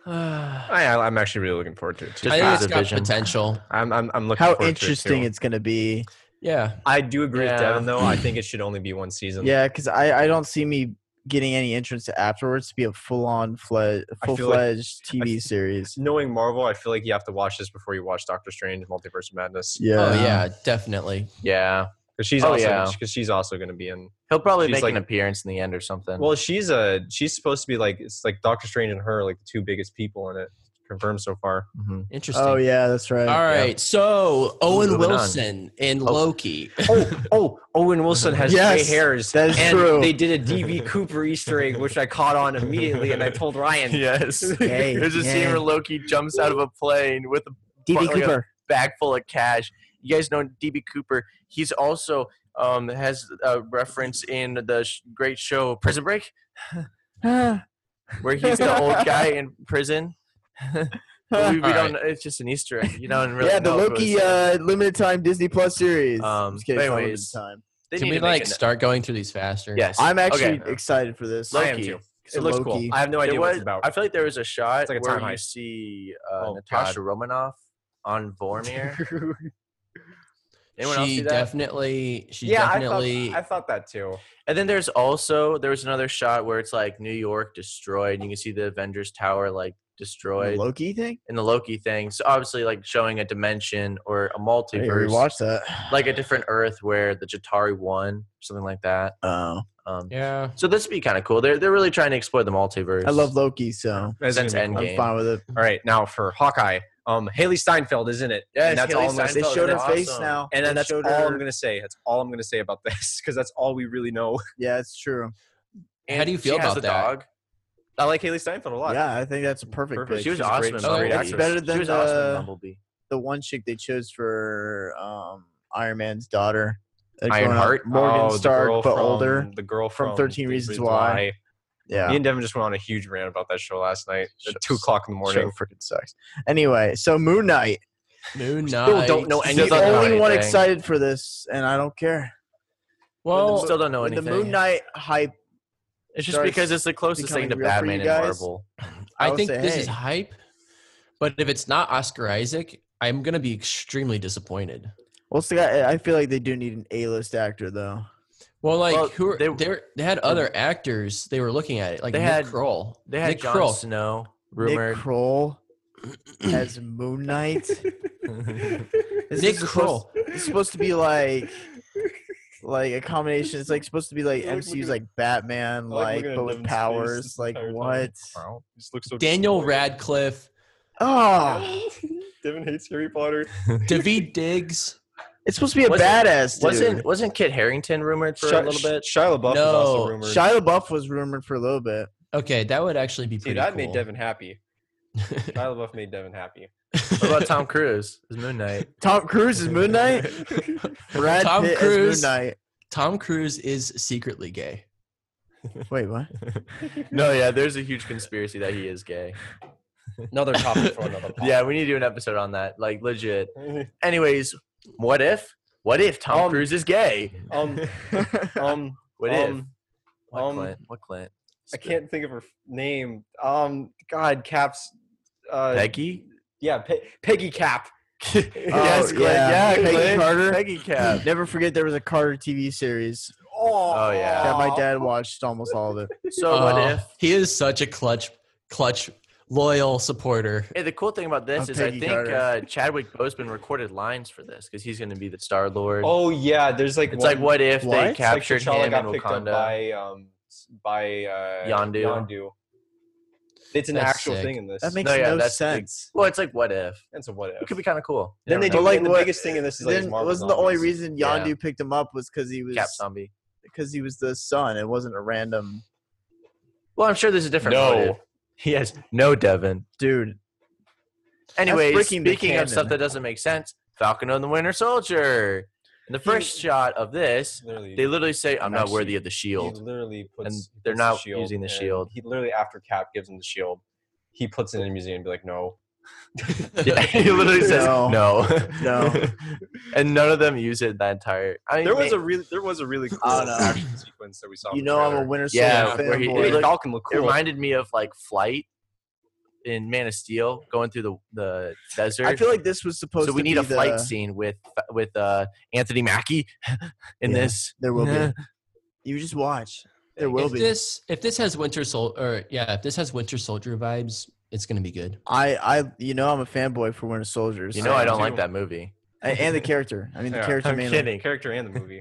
S10: I, I'm actually really looking forward to it. Too.
S9: Just
S11: I think it's got
S9: WandaVision.
S11: potential.
S10: I'm, I'm, I'm looking
S8: how
S10: forward
S8: interesting
S10: to it. too.
S8: it's gonna be.
S11: Yeah.
S10: I do agree
S9: Yeah.
S10: with Devin though. I think it should only be one season.
S8: Yeah, because I I don't see me getting any interest afterwards to be a full on fledged
S10: I
S8: full
S10: feel like-
S8: fledged TV series.
S10: Knowing Marvel, I feel like you have to watch this before you watch Doctor Strange: Multiverse of Madness.
S8: Yeah.
S11: Oh yeah, definitely.
S9: Yeah.
S10: Because she's
S9: Oh,
S10: also
S9: yeah.
S10: because she's also going to be in.
S9: He'll probably
S10: She's
S9: make an
S10: like-
S9: appearance in the end or something.
S10: Well, she's a she's supposed to be like it's like Doctor Strange and her like the two biggest people in it confirmed so far.
S9: Mhm.
S11: Interesting.
S8: Oh yeah, that's right.
S11: All right. So Owen
S9: Moving on.
S11: Wilson and
S9: Oh.
S11: Loki.
S10: oh, oh, Owen Wilson has
S8: Yes,
S10: gray hairs.
S8: that is
S10: and
S8: true.
S10: They did a DB Cooper Easter egg, which I caught on immediately, and I told Ryan.
S9: Yes.
S8: Hey,
S9: There's a scene
S8: hey.
S9: where Loki jumps out of a plane with a
S8: DB
S9: Fuck, like a-
S8: Cooper.
S9: bag full of cash. You guys know DB Cooper. He's also um, has a reference in the sh- great show Prison Break, where he's the old guy in prison. But we, we
S11: All
S9: don't. It's just an Easter egg. You don't really.
S8: yeah, the
S9: know if it
S8: Loki
S9: was-
S8: uh, limited time Disney Plus series.
S9: Um,
S8: Just kidding, it's not limited
S9: anyways,
S8: time.
S9: they
S11: Can
S9: need
S11: we
S9: to make
S11: like
S9: an-
S11: start going through these faster?
S9: Yes,
S8: I'm actually
S9: Okay.
S8: excited for this.
S10: I am
S9: Loki.
S10: too. It looks
S8: Loki.
S10: cool. I have no idea
S9: There
S10: what
S9: was,
S10: it's about.
S9: I feel like there was a shot
S10: It's like a
S9: where
S10: time
S9: you
S10: heist.
S9: see uh,
S10: Oh,
S9: Natasha Romanoff on Vormir. Anyone else
S11: she
S9: see that?
S11: definitely. She
S10: yeah,
S11: definitely.
S10: I, thought, I thought that too.
S9: And then there's also there was another shot where it's like New York destroyed, and you can see the Avengers Tower like destroyed
S8: Loki thing.
S9: in the Loki thing. So obviously, like showing a dimension or a
S8: I need to
S9: multiverse,
S8: rewatch that.
S9: like a different Earth where the Jatari won, something like that.
S8: Oh,
S9: Um,
S11: yeah.
S9: So this would be kind of cool. They're they're really trying to explore the multiverse.
S8: I love Loki, so
S10: That's
S9: Since
S10: gonna be
S9: Endgame.
S10: fun.
S8: I'm fine with it.
S10: All right, now for Hawkeye. Um, Haley Steinfeld is in it.
S9: Yes,
S10: and that's
S9: Hailee
S10: all I'm gonna
S8: They
S9: Steinfeld.
S10: say.
S8: showed her
S9: that's
S8: face
S9: awesome.
S8: now,
S10: And
S8: They
S10: then that's all
S8: showed
S10: I'm
S8: her-
S10: gonna say. That's all I'm gonna say about this because that's all we really know.
S8: Yeah, it's true.
S11: How do you
S9: she
S11: feel
S9: has
S11: about
S9: a
S11: that?
S9: Dog.
S10: I like Haley Steinfeld a lot.
S8: Yeah, I think that's a perfect,
S10: Perfect.
S8: pick.
S9: She was
S10: she's a
S9: awesome.
S10: great-
S9: in
S11: oh,
S9: Bumblebee,
S11: it's
S9: actually.
S8: better
S9: she
S8: than,
S9: was awesome in
S8: uh,
S9: Bumblebee.
S8: the one chick they chose for um, Iron Man's daughter. Uh, growing up,
S9: Ironheart?
S8: Morgan
S10: Oh, the girl
S8: Stark, but
S10: from-
S8: older.
S10: The girl
S8: from
S10: from,
S8: 13 Reasons Why. Yeah,
S10: Me and Devin just went on a huge rant about that show last night at
S8: Show-
S10: two o'clock in the
S8: show
S10: morning.
S8: freaking sucks. Anyway, so Moon Knight.
S11: Moon Knight.
S10: Still don't know
S8: I'm
S10: any
S8: the
S10: of
S9: Still
S10: that.
S9: don't know
S8: only one
S9: anything.
S8: excited for this, and I don't care.
S11: Well,
S9: Still don't know
S8: When the
S9: anything.
S8: Moon Knight hype,
S9: Oh. it's just
S8: starts
S9: because it's the closest thing
S8: becoming
S9: to
S8: real for you
S9: Batman and
S8: guys.
S9: Marvel.
S11: I
S8: I'll
S11: think
S8: say,
S11: this is
S8: hey.
S11: hype, but if it's not Oscar Isaac, I'm gonna be extremely disappointed.
S8: well, it's the guy, I feel like they do need an A-list actor, though.
S11: Well, like
S9: Well,
S11: who are,
S9: they-
S11: they, were- they had other actors they were looking at it, like
S9: They
S11: Nick
S9: had-
S11: Kroll.
S9: They had
S11: Nick
S9: Jon
S11: Kroll.
S9: Snow
S8: Nick
S9: rumored.
S8: Kroll as Moon Knight. This
S11: Nick
S8: is supposed-
S11: Kroll.
S8: It's supposed to be like, like a combination. It's like supposed to be like MCU's like Batman, like, but with powers. Like what?
S10: Wow, this looks so
S11: Daniel Radcliffe,
S8: Oh,
S10: Devin hates Harry Potter.
S11: David Diggs.
S8: it's supposed to be a
S9: Wasn't-
S8: badass. Dude.
S9: Wasn't wasn't Kit Harrington rumored for a little bit?
S10: Shia LaBeouf is also
S11: No,
S10: rumored.
S8: Shia LaBeouf was rumored for a little bit.
S11: Okay, that would actually be
S10: See,
S11: pretty
S10: that
S11: cool.
S10: made Devin happy. Shia LaBeouf made Devin happy.
S9: What about Tom Cruise? Is Moon Knight?
S8: Tom Cruise is Moon Knight. Brad
S11: Tom
S8: Pitt is
S11: Cruise.
S8: Moon Knight.
S11: Tom Cruise is secretly gay.
S8: Wait, what?
S9: No, yeah, there's a huge conspiracy that he is gay.
S12: Another topic for another. Pod.
S9: Yeah, we need to do an episode on that. Like legit. Anyways, what if? What if Tom
S10: Um,
S9: Cruise is gay?
S10: Um, um,
S9: What if?
S10: um,
S9: What
S10: um,
S9: Clint? What Clint?
S10: I can't think of her f- name. Um, God, Cap's. Uh,
S9: Peggy?
S10: Yeah, Pe- Peggy Cap. Oh,
S9: yes, Clint. Yeah,
S8: Oh, Peggy
S9: Clint.
S8: Carter.
S9: Peggy Cap.
S8: Never forget there was a Carter TV series
S9: Oh yeah.
S8: that my dad watched almost all of it.
S9: So what
S10: Uh,
S11: Oh,
S9: if?
S11: he is such a clutch, clutch, loyal supporter?
S9: Hey, the cool thing about this
S8: Oh,
S9: is I
S8: Peggy
S9: think
S8: Carter.
S9: uh, Chadwick Boseman recorded lines for this because he's going to be the Star Lord.
S10: Oh yeah, there's like
S9: it's like what if
S8: What?
S9: they
S8: It's
S10: it's like
S9: captured
S10: T'Challa
S9: him in
S10: got picked up
S9: Wakanda?
S10: by um s- by uh,
S9: Yondu.
S10: It's an
S11: That's
S10: actual
S11: sick.
S10: thing in this.
S8: That makes
S9: No, yeah,
S8: no,
S9: that's the-
S8: sense.
S9: Well, it's like what if?
S10: That's a what
S9: It
S10: if.
S9: could be kind of cool. You
S10: then they
S9: never
S10: do.
S9: know.
S8: But, like,
S10: and the
S8: what-
S10: biggest thing in this is like his
S8: Then
S10: Marvel
S8: wasn't the only
S10: zombies.
S8: reason
S9: Yeah.
S8: Yondu picked him up was because he was
S9: Cap zombie.
S8: because he was the son. It wasn't a random
S9: Well, I'm sure there's a different.
S10: No.
S9: motive. He has no Devin.
S8: dude.
S9: Anyways,
S8: breaking the
S9: speaking of stuff
S8: canon.
S9: that doesn't make sense, Falcon and the Winter Soldier. In the first shot of this,
S10: Literally,
S9: they literally say, "I'm not
S10: Actually,
S9: worthy of the
S10: he
S9: shield."
S10: literally puts.
S9: And
S10: he
S9: they're
S10: puts the
S9: not
S10: shield
S9: using the
S10: in-
S9: shield.
S10: He literally after Cap gives him the shield, he puts it in a museum and be like, no.
S9: Yeah, he literally says
S8: No.
S9: no,
S8: No.
S9: and none of them use it that entire. I mean,
S10: There
S9: may-
S10: was a really there was a
S9: Oh,
S10: really cool
S8: I don't know.
S10: action sequence that we saw. in
S8: You
S10: the
S8: know I'm a
S10: trailer.
S8: Winter Soldier
S9: Yeah, where he-
S10: It made
S9: looked-
S8: fanboy.
S10: Falcon look
S9: It
S10: cool.
S9: reminded me of like flight in Man of Steel, going through the the desert.
S8: I feel like this was supposed
S9: so
S8: to
S9: we need
S8: be
S9: a flight
S8: the-
S9: scene with with uh, Anthony Mackie in
S8: Yeah,
S9: this.
S8: There will
S9: Nah.
S8: be. You just watch. There will
S11: if
S8: be.
S11: this if this has Winter Soldier, or yeah, if this has Winter Soldier vibes, it's gonna be good.
S8: I, I, you know, I'm a fanboy for Winter Soldiers.
S9: You know, I don't
S10: Same
S9: like
S10: too.
S9: that movie.
S8: and the character. I mean, the
S10: Yeah,
S8: character.
S9: I'm
S8: mainly.
S9: kidding.
S10: character and the movie.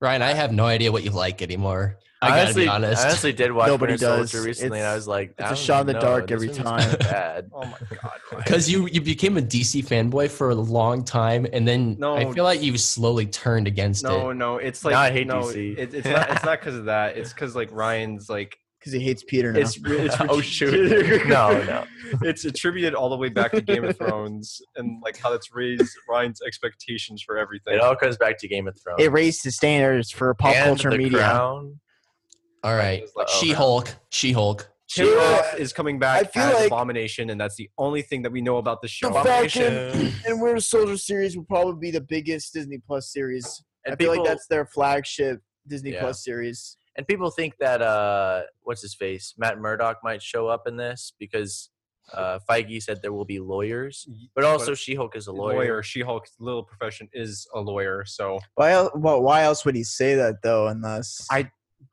S11: Ryan, I have no idea what you like anymore. I gotta
S9: honestly,
S11: be honest.
S9: I honestly did watch
S8: Nobody
S9: Winter
S8: does.
S9: Soldier recently, and I
S8: It's-
S9: was like,
S8: it's
S9: I
S8: a
S9: don't
S8: shot in the
S9: know,
S8: dark
S9: this
S8: every
S9: movie's
S8: time.
S9: Bad.
S10: Oh my god. Ryan.
S11: because you you became a DC fanboy for a long time, and then
S10: No.
S11: I feel like you slowly turned against
S10: No,
S11: it.
S10: no, it's like
S9: No, I hate
S10: no,
S9: DC.
S10: It, it's not. It's not because of that. It's because like Ryan's like
S8: because he hates Peter now.
S10: it's re- it's
S9: Oh,
S10: ret-
S9: shoot. No, no.
S10: It's attributed all the way back to Game of Thrones and like how that's raised Ryan's expectations for everything.
S9: It all comes back to Game of Thrones.
S8: it raised the standards for pop
S9: And
S8: culture
S9: The
S8: media.
S9: Crown.
S11: All right,
S10: Like, oh,
S11: She Hulk, She Hulk.
S10: Tim
S8: Yeah.
S10: Roth is coming
S8: I
S10: back
S8: feel
S10: as
S8: like-
S10: Abomination, and that's the only thing that we know about the show.
S8: The Falcon and Winter Soldier series will probably be the biggest Disney Plus series.
S9: And
S8: I feel
S9: people-
S8: like that's their flagship Disney
S9: Yeah.
S8: Plus series.
S9: And people think that uh, what's his face, Matt Murdock, might show up in this because uh, Feige said there will be lawyers, but also She Hulk is a lawyer.
S10: She Hulk's little profession is a lawyer. So
S8: Why? el- Well, why else would he say that though? Unless
S10: I-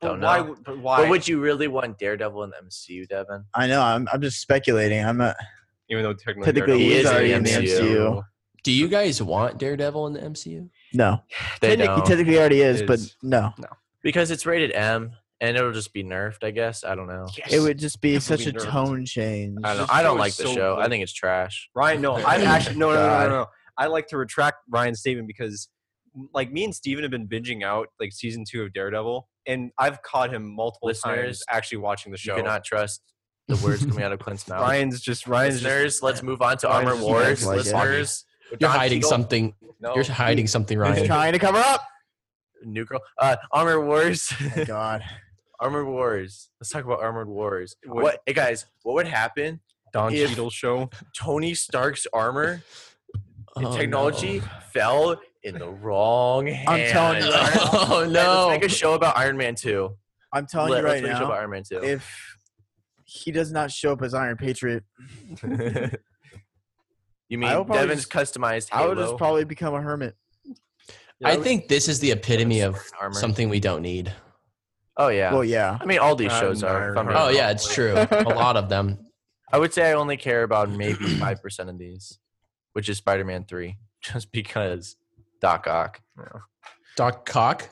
S8: I,
S9: Don't
S10: But why?
S9: know.
S10: would- But why?
S9: But would you really want Daredevil in the MCU, Devin?
S8: know, I'm, I'm just speculating. I'm not.
S10: even though technically,
S8: Technically,
S9: he
S10: Daredevil
S9: is
S10: is
S9: already
S10: in
S9: in the
S8: MCU.
S11: Do you guys want Daredevil in the MCU?
S8: No,
S9: They
S8: he
S9: don't.
S8: technically already is, but
S10: Is-
S8: no,
S9: because it's rated M, and it'll just be nerfed, I guess. I don't know.
S10: Yes.
S8: it would just be
S10: Yes, it'll
S8: such
S10: be
S8: a
S10: nerfed.
S8: tone change.
S9: I don't.
S10: This
S9: I don't
S10: show
S9: like
S10: is
S9: the
S10: so
S9: show. I
S10: good.
S9: think it's trash.
S10: Ryan, no, I actually no, no, no, no,
S8: God.
S10: no. I like to retract Ryan's statement because, like, me and Steven have been binging out like season two of Daredevil, and I've caught him multiple
S9: Listeners,
S10: times actually watching the
S9: You
S10: show.
S9: cannot trust the words coming out of Clint's mouth.
S10: Ryan's just Ryan's just,
S9: listeners, let's move on to
S10: Ryan's
S9: Armor
S10: just
S9: Wars.
S8: like it.
S9: listeners,
S11: You're
S9: Don
S11: hiding
S9: Cheadle-
S11: something.
S9: No,
S11: You're hiding something,
S8: He's
S11: Ryan.
S8: trying to cover up.
S9: new girl. Uh, Armor Wars.
S8: Oh, God,
S9: Armored Wars. Let's talk about Armored Wars.
S10: What-
S9: What, hey guys? What would happen?
S10: Don
S9: if-
S10: Cheadle show.
S9: Tony Stark's armor and
S11: Oh,
S9: technology
S11: no.
S9: fell in the wrong hand.
S8: I'm telling you right now.
S11: Oh
S9: Guys,
S11: no!
S9: Let's make a show about Iron Man Two.
S8: I'm telling
S9: Let-
S8: you right
S9: let's make a show about
S8: now.
S9: Iron Man Two.
S8: If he does not show up as Iron Patriot,
S9: you
S8: I would
S9: mean
S8: probably
S9: Devin's
S8: just-
S9: customized
S8: I
S9: Halo
S8: would just probably become a hermit.
S11: I think this is the epitome of
S9: armor?
S11: something we don't need.
S9: Oh yeah.
S8: Well, yeah.
S9: I mean, all these shows
S10: I'm
S9: are. if I'm
S10: Iron
S9: being
S11: Oh
S10: Heart.
S9: honest.
S11: yeah, it's true. A lot of them.
S9: I would say I only care about maybe five percent of these, which is Spider-Man Three, just because Doc Ock.
S11: Doc Cock.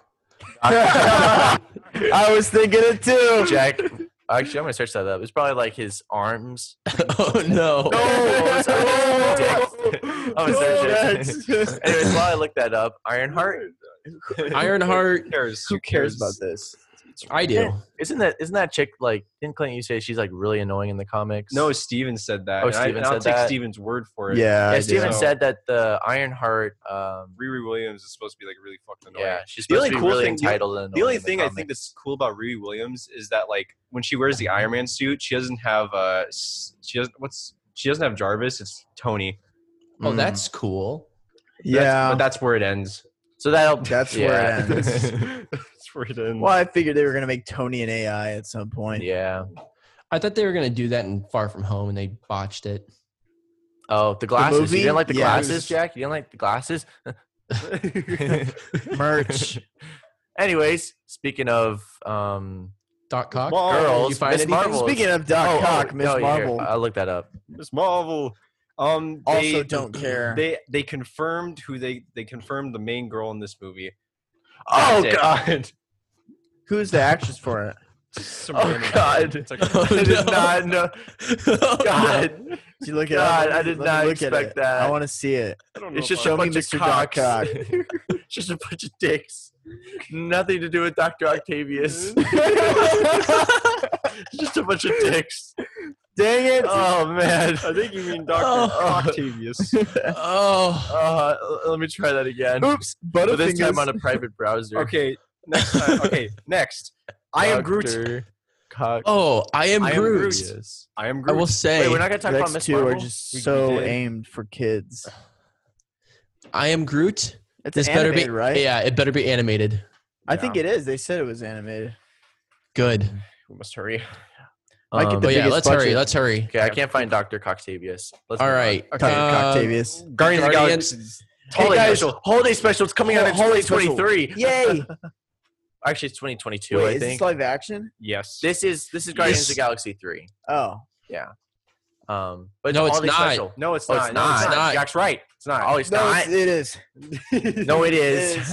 S8: I was thinking it too.
S9: Jack. Actually, I'm gonna search that up. It's probably like his arms.
S11: oh no!
S9: I'm
S8: Oh,
S9: gonna search it. Anyways, while I look that up, Ironheart.
S11: Ironheart.
S10: Who cares?
S8: Who cares about this?
S11: I do.
S9: Isn't that isn't that chick like? Didn't Clint you say she's like really annoying in the comics?
S10: No, Steven said that.
S9: Oh,
S10: and I,
S9: Steven
S10: and I'll
S9: said
S10: take
S9: that.
S10: Steven's word for it.
S8: Yeah, I
S9: yeah.
S8: did.
S9: Steven
S10: So-
S9: said that the Ironheart. Um,
S10: Riri Williams is supposed to be like really fucking annoying.
S9: yeah, she's
S10: The
S9: supposed to
S10: only
S9: be
S10: cool
S9: really
S10: thing-
S9: entitled. and
S10: The only
S9: annoying in
S10: thing I
S9: comics.
S10: think that's cool about Riri Williams is that like when she wears the Iron Man suit, she doesn't have uh s- she doesn't what's she doesn't have Jarvis. It's Tony.
S11: Oh,
S9: Mm.
S11: that's cool.
S10: That's-
S8: Yeah,
S10: but that's where it ends.
S9: so. That'll
S8: that's
S9: yeah.
S8: where it ends.
S10: that's where it ends.
S8: Well, I figured they were gonna make Tony an AI at some point.
S9: Yeah.
S11: I thought they were gonna do that in Far From Home, and they botched it.
S9: Oh, the glasses.
S8: movie?
S9: you didn't like the
S8: Yeah, it
S9: glasses,
S8: was-
S9: Jack? You didn't like the glasses?
S8: Merch.
S9: Anyways, speaking of um
S11: Dot cock.
S10: Well,
S11: Oh, you
S9: girls,
S11: find
S9: Miss
S11: anything?
S9: Marvel.
S8: Speaking of Doc
S9: oh,
S8: Cock,
S9: oh,
S8: Miss
S9: no, you're here.
S8: Marvel
S9: I looked that up.
S10: Miss Marvel. Um, they,
S8: also don't care.
S10: They they confirmed who they they confirmed the main girl in this movie.
S9: Oh
S10: That's it.
S9: god.
S8: Who's the actress for it?
S10: Some
S9: Oh
S10: random-
S9: god.
S10: It's like,
S11: Oh,
S9: I did not know. God.
S8: Did you look at
S9: God,
S8: it?
S9: I did
S8: Let me
S9: not
S8: look at
S9: expect
S8: it.
S9: that.
S8: I want to see it.
S10: I don't know
S9: It's
S10: if
S9: just
S10: I-
S9: a
S8: Show me
S9: bunch of
S8: Mr. Doc
S9: cocks.
S8: Cock.
S9: It's just a bunch of dicks. Nothing to do with Dr. Octavius. just a bunch of dicks.
S8: Dang it!
S9: Oh man.
S10: I think you mean
S9: Oh.
S10: Doctor Octavius.
S9: Oh, uh, l- let me try that again.
S8: Oops,
S9: But this
S8: Butterfingers.
S9: time on a private browser.
S10: okay, next time. Okay, next. I am Groot.
S9: Dr. Cock-
S11: Oh, I am
S10: I am
S11: Groot.
S10: Groot.
S9: Yes.
S10: I am
S11: I
S10: Groot.
S11: will say,
S9: Wait, we're not gonna talk about
S8: Next
S9: Miss
S8: two
S9: Marvel.
S8: are just
S10: We
S8: so
S10: did.
S8: aimed for kids.
S11: I am Groot.
S8: It's
S11: This
S8: animated,
S11: better be
S8: right?
S11: Yeah, it better be animated.
S8: I think it is. They said it was animated.
S11: Good.
S10: We must hurry.
S8: I get
S9: Um,
S8: the
S11: But yeah,
S8: biggest
S11: let's hurry.
S8: budget.
S11: Let's hurry.
S9: okay, I can't find Dr. Coctavius. Let's
S11: All
S9: move on.
S11: right.
S8: Okay,
S9: Um,
S11: uh,
S8: Octavius.
S10: Guardians of the
S11: Guardians-
S10: Galaxy.
S9: Holiday
S8: guys.
S9: special. Holiday special. It's coming out in
S8: Holiday special.
S9: 2023.
S8: Yay!
S9: Actually, it's 2022.
S8: Wait,
S9: I
S8: is
S9: think
S8: this live action?
S10: Yes.
S9: this is this is Guardians
S11: Yes.
S9: of the Galaxy three.
S8: Oh,
S9: Um, but
S11: No,
S9: a
S11: it's
S9: holiday
S11: not.
S9: Special.
S10: no, it's
S9: Oh,
S10: not.
S9: it's
S10: No,
S9: not.
S10: it's
S11: It's not.
S10: not. Jack's right. It's not.
S9: Oh, it's
S8: no,
S9: not.
S8: it's, it is.
S9: no, it
S8: It
S9: is.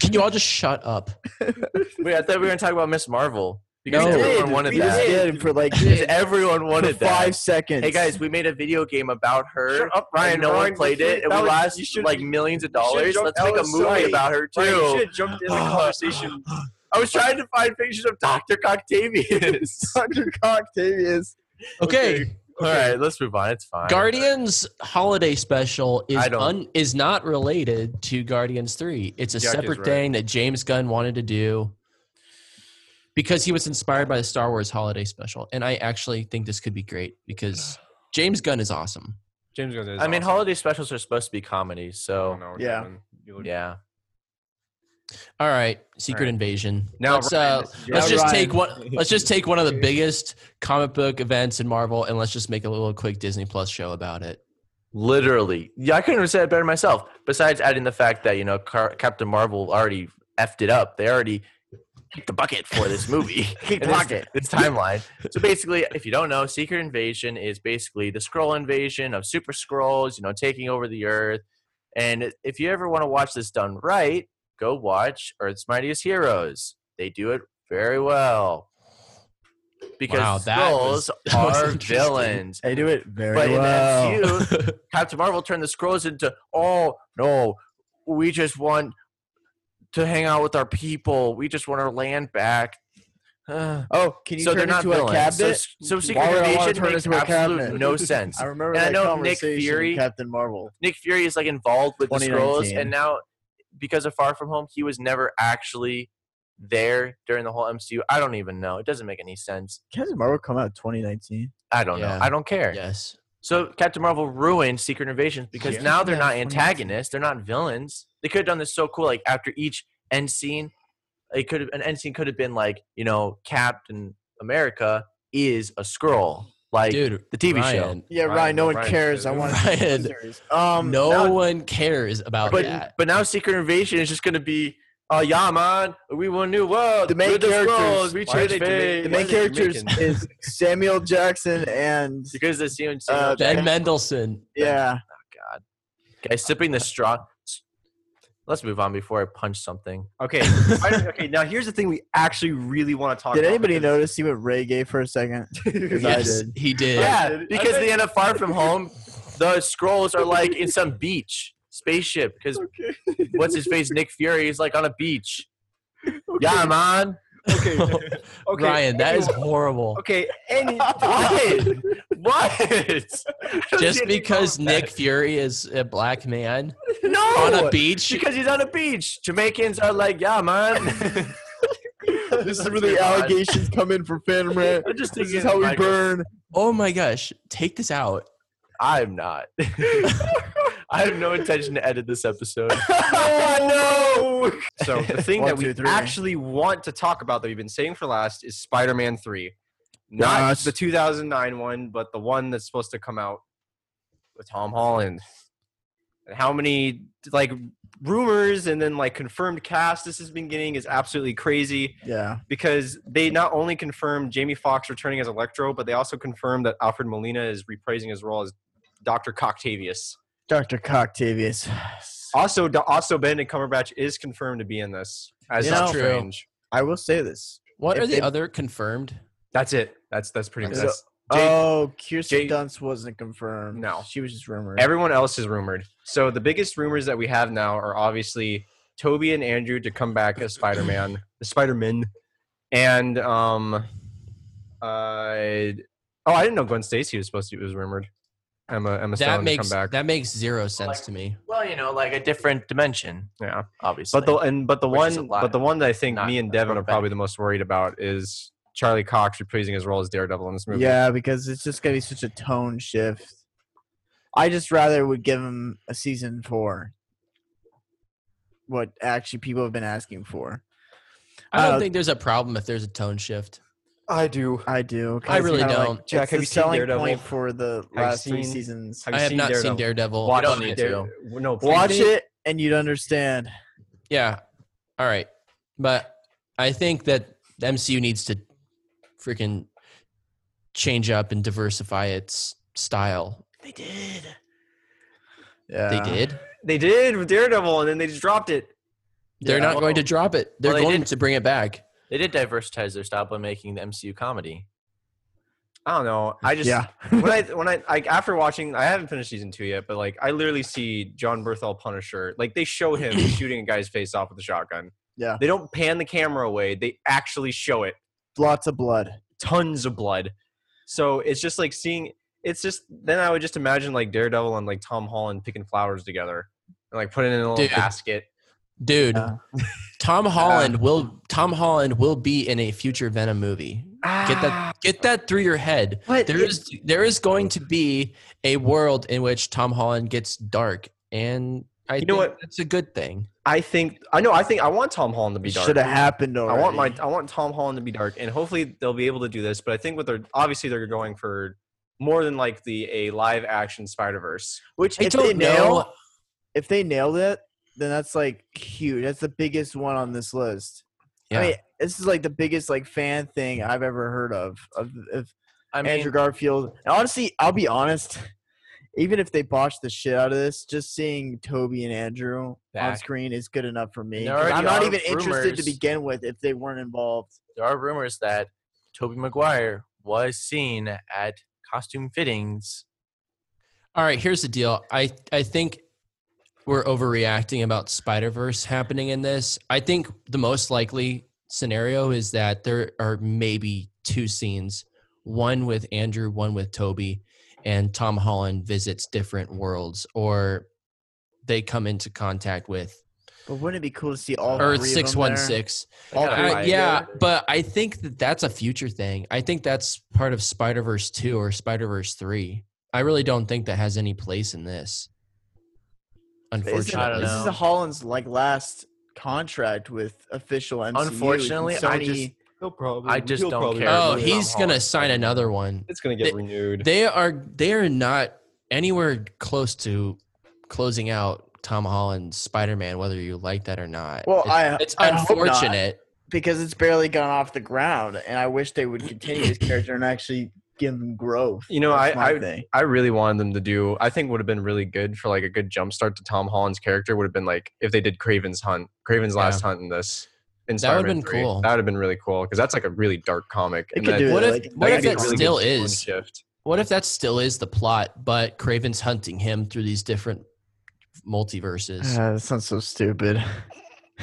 S11: Can you all just shut up?
S9: Wait, I thought we were gonna talk about Miss Marvel because
S11: No.
S9: everyone
S8: Did.
S9: wanted
S8: we
S9: that.
S8: just did for like
S9: Because everyone wanted
S8: for five
S9: that.
S8: seconds.
S9: Hey guys, we made a video game about her.
S10: Shut up, Ryan.
S9: and no
S10: Ryan,
S9: one played
S10: you
S9: it. It
S10: should've-
S9: would
S10: that was-
S9: last
S10: you should've-
S9: like millions of
S10: you should've
S9: dollars.
S10: jumped-
S9: Let's make
S10: that
S9: a
S10: was
S9: movie
S10: silly.
S9: about her
S10: Ryan, you should
S9: too.
S10: have jumped in the conversation.
S9: I was trying to find pictures of Dr. Coctavius.
S8: Dr. Octavius.
S11: Okay.
S9: All right, let's move on. It's fine.
S11: Guardians holiday special is
S9: I don't-
S11: un, is not related to Guardians 3. It's a
S10: Yuck is
S11: separate
S10: right.
S11: thing that James Gunn wanted to do because he was inspired by the Star Wars holiday special and I actually think this could be great because James Gunn is awesome.
S10: James Gunn.
S9: I mean, holiday specials are supposed to be comedies, so
S8: Yeah.
S9: yeah.
S11: All right, Secret
S10: All right.
S11: Invasion.
S10: Now,
S11: let's,
S10: Ryan,
S11: uh,
S10: this is your-
S11: let's
S8: Now,
S11: just
S8: Ryan.
S11: take one let's just take one of the biggest comic book events in Marvel and let's just make a little quick Disney Plus show about it.
S9: Literally. Yeah, I couldn't have said it better myself. Besides adding the fact that, you know, Car- Captain Marvel already effed it up. They already kicked the bucket for this movie.
S8: Kick
S9: And
S8: pocket.
S9: This, this timeline. So basically, if you don't know, Secret Invasion is basically the scroll invasion of super scrolls, you know, taking over the earth. And if you ever want to watch this done right, go watch Earth's Mightiest Heroes. They do it very well. Because
S11: Wow, that was-
S9: scrolls
S11: that was
S9: are
S11: interesting.
S9: villains.
S8: They do it very
S9: But
S8: well.
S9: in MCU, Captain Marvel turned the scrolls into, oh no, we just want to hang out with our people. We just want our land back. Uh,
S8: Oh, can you
S9: so they're
S8: turn
S9: not
S8: into a
S9: villains. So,
S8: cabinet?
S9: s- so Secret
S8: Why would I wanna
S9: Invasion
S8: turn
S9: makes
S8: into a
S9: absolute
S8: cabinet?
S9: no sense.
S8: I remember
S9: And I
S8: that
S9: know Nick
S8: conversation with
S9: Fury-
S8: Captain Marvel.
S9: Nick Fury is like involved with the scrolls,
S8: 2019.
S9: and now because of Far From Home, he was never actually there during the whole MCU. I don't even know. It doesn't make any sense.
S8: Captain Marvel come out in 2019.
S9: I don't
S11: Yeah.
S9: know. I don't care.
S11: Yes.
S9: So Captain Marvel ruined Secret Invasions because
S8: Yeah.
S9: now they're
S8: Yeah,
S9: not
S8: funny.
S9: antagonists, they're not villains. They could have done this so cool. Like after each end scene, it could have an end scene could have been like you know Captain America is a scroll, like
S11: Dude,
S9: the TV show.
S11: Ryan,
S8: Yeah, Ryan.
S10: Ryan,
S8: no one
S10: Ryan
S8: cares. I
S10: said-
S8: want
S11: Ryan.
S8: Um,
S11: no
S8: now-
S11: one cares about
S9: But
S11: that.
S9: but now Secret Invasion is just gonna be. Oh yeah, man! We want a new world.
S8: The main
S9: We're
S8: characters.
S9: Scrolls. We
S10: Why are
S9: change
S10: they
S9: fate.
S10: Jamaican?
S8: the
S10: Why
S8: main
S10: are they
S8: characters
S10: Jamaican?
S8: is Samuel Jackson and
S9: because the same.
S8: Uh,
S11: Ben
S8: Ben-
S11: Mendelsohn.
S8: yeah.
S9: God, guys, sipping the straw. Let's move on before I punch something.
S10: Okay. I don't- okay. Now here's the thing we actually really want to talk.
S8: Did
S10: about
S8: anybody
S10: because-
S8: notice he went reggae for a second? 'Cause I
S11: Yes,
S8: did.
S11: he did.
S9: Yeah,
S10: did- I
S9: because
S10: did.
S9: they end up far from home. The scrolls are like in some beach spaceship. Because
S10: Okay.
S9: what's his face, Nick Fury, is like on a beach. Yeah, man.
S10: Okay. okay.
S11: Ryan, that is
S10: anyway.
S11: horrible.
S10: Okay. Any what? what?
S11: Just because Nick Fury is a black man
S10: no
S11: on a beach,
S10: because he's on a beach. Jamaicans are like, yeah, man.
S8: this is where the allegations come in for Phantom Rant.
S10: I just
S8: This
S10: think
S8: is how we
S10: Michael's-
S8: burn.
S11: oh my gosh, take this out.
S10: I'm not. I have no intention to edit this episode.
S8: Oh no!
S10: So the thing
S8: One,
S10: that we
S8: two, three.
S10: actually want to talk about that we've been saying for last is Spider-Man 3. Not
S8: Yes.
S10: the 2009 one, but the one that's supposed to come out with Tom Holland. And how many like rumors and then like confirmed cast this has been getting is absolutely crazy
S8: Yeah.
S10: because they not only confirmed Jamie Foxx returning as Electro, but they also confirmed that Alfred Molina is reprising his role as Dr. Coctavius.
S8: Dr. Cocktavius.
S10: Also, also Benedict Cumberbatch is confirmed to be in this as
S11: You know-
S10: Doctor Strange.
S8: I will say this.
S11: What
S8: If
S11: are the
S8: they-
S11: other confirmed?
S10: That's it. That's that's pretty much.
S8: So-
S10: That's,
S8: oh, Kirsten
S10: Jay-
S8: Dunst wasn't confirmed.
S10: No.
S8: She was just rumored.
S10: everyone else is rumored. So the biggest rumors that we have now are obviously Toby and Andrew to come back as Spider Man, Spider Man, and um, uh, oh, I didn't know Gwen Stacy was supposed to be was rumored. Emma Emma Stone
S11: That
S10: to
S11: makes
S10: come back.
S11: that makes zero sense to me.
S9: Well, you know, like a different dimension,
S10: yeah,
S9: obviously.
S10: but the and but the
S9: Which is a
S10: one
S9: lot.
S10: but the one that I think
S9: Not-
S10: me and
S9: that's
S10: Devin
S9: not
S10: are probably
S9: bad.
S10: the most worried about is Charlie Cox reprising his role as Daredevil in this movie.
S8: Yeah, because it's just gonna be such a tone shift. I just rather would give him a season four. What actually people have been asking for.
S11: I don't
S8: Uh,
S11: think there's a problem if there's a tone shift.
S10: I do.
S8: I do. 'cause
S11: I
S8: it's
S11: really
S8: kinda like-
S11: don't.
S10: Jack,
S8: it's
S10: have
S8: the
S10: you seen
S8: selling
S10: Daredevil?
S8: point for the
S10: Have you
S8: last three
S10: seen-
S8: seasons.
S10: Have you
S11: I have
S10: seen
S11: not
S10: Daredevil?
S11: seen Daredevil.
S10: Watch
S9: don't need
S10: Dare- No, please
S8: Watch
S10: do.
S8: it and you'd understand.
S11: Yeah. All right. But I think that the MCU needs to freaking change up and diversify its style.
S9: they did.
S8: Yeah.
S11: They did.
S10: They did with Daredevil, and then they just dropped it.
S11: They're
S9: Yeah.
S11: not going to drop it. They're
S9: Well, they
S11: going
S9: did-
S11: to bring it back.
S9: They did diversitize their style by making the MCU comedy.
S10: I don't know. I just
S8: Yeah.
S10: when I when I like after watching, I haven't finished season two yet, but like I literally see John Berthel Punisher. Like they show him shooting a guy's face off with a shotgun.
S8: Yeah.
S10: They don't pan the camera away. They actually show it.
S8: Lots of blood.
S10: Tons of blood. So it's just like seeing. It's just then I would just imagine like Daredevil and like Tom Holland picking flowers together and like putting it in a little
S11: Dude.
S10: basket.
S11: Dude,
S8: Yeah.
S11: Tom Holland will Tom Holland will be in a future Venom movie. Get that get that through your head.
S10: What?
S11: There is there is going to be a world in which Tom Holland gets dark and I
S10: You
S11: think
S10: know what?
S11: that's a good thing.
S10: I think I know. I think I want Tom Holland to be
S8: It
S10: dark.
S8: should have happened
S10: I
S8: already.
S10: want my I want Tom Holland to be dark, and hopefully they'll be able to do this. But I think what they're obviously they're going for more than likely a live action Spider Verse.
S8: Which
S11: I
S8: if
S11: don't
S8: they
S11: know.
S8: nail, if they nailed it, then that's like huge. That's the biggest one on this list.
S11: Yeah.
S8: I mean, this is like the biggest like fan thing I've ever heard of of, of
S9: I mean,
S8: Andrew Garfield. And honestly, I'll be honest. Even if they botch the shit out of this, just seeing Toby and Andrew on
S9: Back.
S8: screen is good enough for me.
S9: There
S8: 'cause
S9: already
S8: I'm not
S9: are
S8: even interested to
S9: rumors.
S8: begin with if they weren't involved.
S9: there are rumors that Toby Maguire was seen at costume fittings.
S11: All right, here's the deal. I I think we're overreacting about Spider Verse happening in this. I think the most likely scenario is that there are maybe two scenes, one with Andrew, one with Toby, and Tom Holland visits different worlds, or they come into contact with
S8: But wouldn't it be cool to see all
S11: Earth
S8: three of them
S11: six one six.
S8: there? All
S9: Yeah,
S8: three.
S11: Uh, yeah, but I think that that's a future thing. I think that's part of Spider Verse 2 or Spider Verse 3. I really don't think that has any place in this.
S8: But isn't-
S9: I don't
S11: Unfortunately.
S8: this is
S9: know.
S8: a Holland's like last contract with official MCU.
S9: Unfortunately, I just-
S10: No problem.
S9: I just He'll don't probably care.
S11: Oh,
S9: Tom
S11: he's going to sign another one.
S10: It's gonna get
S11: They-
S10: renewed.
S11: They are they are not anywhere close to closing out Tom Holland's Spider-Man whether you like that or not.
S8: Well,
S11: it's,
S8: I-
S11: it's
S8: I hope not.
S11: unfortunate.
S8: because it's barely gone off the ground, and I wish they would continue his character and actually give him growth.
S10: You know,
S8: That's
S10: I-
S8: my
S10: I-
S8: thing.
S10: I really wanted them to do. I think would have been really good for like a good jumpstart to Tom Holland's character. Would have been like if they did Craven's Hunt, Craven's
S11: Yeah.
S10: Last Hunt in this. In
S11: That would've
S10: Spider-Man
S11: been
S10: 3.
S11: cool.
S10: That would have been really cool because that's like a really dark comic.
S8: They
S10: and
S8: could
S10: that-
S8: do it.
S11: What if
S8: like-
S11: what
S10: that
S11: if
S10: could be a
S11: that
S10: really good
S11: still
S10: tone
S11: is?
S10: shift.
S11: What if that still is the plot, but Craven's
S9: Uh,
S11: hunting him through these different multiverses?
S8: Ah, that sounds so stupid.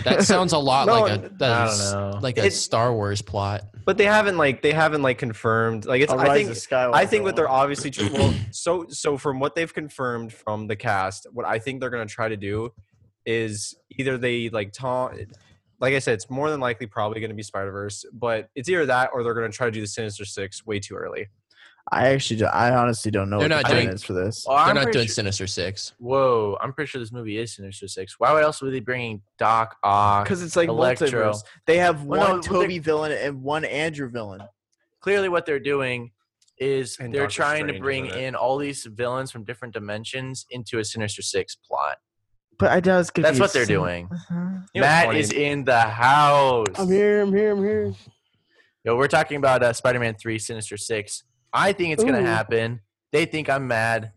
S11: That sounds a lot
S10: No,
S11: like a that is
S9: know.
S11: like a
S10: It-
S11: Star Wars plot.
S10: But they haven't like they haven't like confirmed like it's.
S8: A
S10: I
S8: Rise
S10: think
S8: of Skywalker
S10: Oh, I think what they're
S8: one.
S10: obviously tr- well. So so from what they've confirmed from the cast, what I think they're gonna try to do is either they like Tom. Like I said, it's more than likely probably going to be Spider Verse, but it's either that or they're going to try to do the Sinister Six way too early.
S8: I actually, do, I honestly don't know
S11: They're
S8: what
S11: not
S8: the plan
S11: doing- Uh,
S8: is for this.
S9: Oh, I'm
S11: They're not
S9: pretty
S11: doing
S9: sure-
S11: Sinister Six.
S9: Whoa, I'm pretty sure this movie is Sinister Six. Why would else would they bring Doc Ock?
S8: Because it's like
S9: Electro.
S8: multiverse. They have one
S9: Well, no, but they're-
S8: Toby villain and one Andrew villain.
S9: Clearly, what they're doing is
S10: And
S9: they're
S10: Doctor
S9: trying to
S10: Strange,
S9: bring
S10: isn't it?
S9: in all these villains from different dimensions into a Sinister Six plot.
S8: But I doubt it's gonna.
S9: That's
S8: be
S9: what they're
S8: sim-
S9: doing.
S8: Uh-huh.
S10: You know what's
S9: Matt
S10: funny?
S9: is in the house.
S12: I'm here. I'm here. I'm here.
S9: Yo, we're talking about uh, Spider-Man Three, Sinister Six. I think it's gonna
S12: Ooh.
S9: happen. They think I'm mad.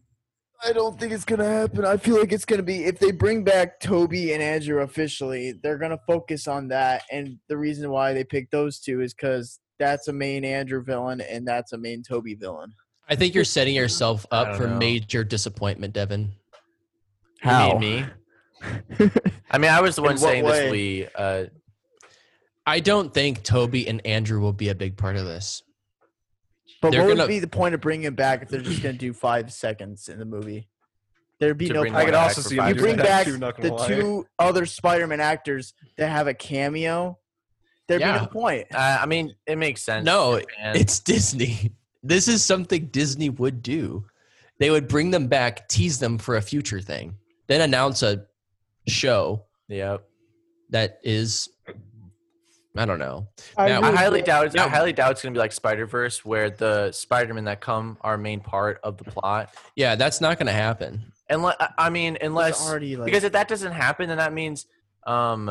S8: I don't think it's gonna happen. I feel like it's gonna be if they bring back Toby and Andrew officially, they're gonna focus on that. And the reason why they picked those two is because that's a main Andrew villain and that's a main Toby villain.
S11: I think you're setting yourself
S9: I
S11: up
S9: don't
S11: for
S9: know.
S11: major disappointment, Devin.
S9: You
S8: How?
S9: mean me? I mean, I was the
S8: In
S9: one
S8: what
S9: saying
S8: way?
S9: this. We uh,
S11: I don't think Toby and Andrew will be a big part of this.
S8: But
S11: They're
S8: what
S11: gonna-
S8: would be the point of bringing it back if they're just gonna do five seconds in the movie? There'd be
S9: To
S8: no.
S9: bring
S8: point.
S10: I could
S9: back
S10: also
S9: for
S10: see
S9: five
S10: them
S8: you
S10: doing
S8: bring
S10: that
S8: back
S10: too, not gonna
S8: the
S10: lie.
S8: two other Spider-Man actors that have a cameo. There'd be
S11: Yeah.
S8: no point.
S9: uh, I mean, it makes sense.
S11: No,
S9: man.
S11: It's Disney. This is something Disney would do. They would bring them back, tease them for a future thing, then announce a show
S9: Yep.
S11: that is, I don't know.
S12: I'm
S11: Now,
S9: I
S12: here.
S9: highly doubt. It's, I highly doubt it's gonna be like Spider Verse, where the Spider Men that come are a main part of the plot.
S11: Yeah, that's not going to happen.
S9: Unless I- I mean,
S8: It's
S9: unless
S8: already like
S9: because if that doesn't happen, then that means um,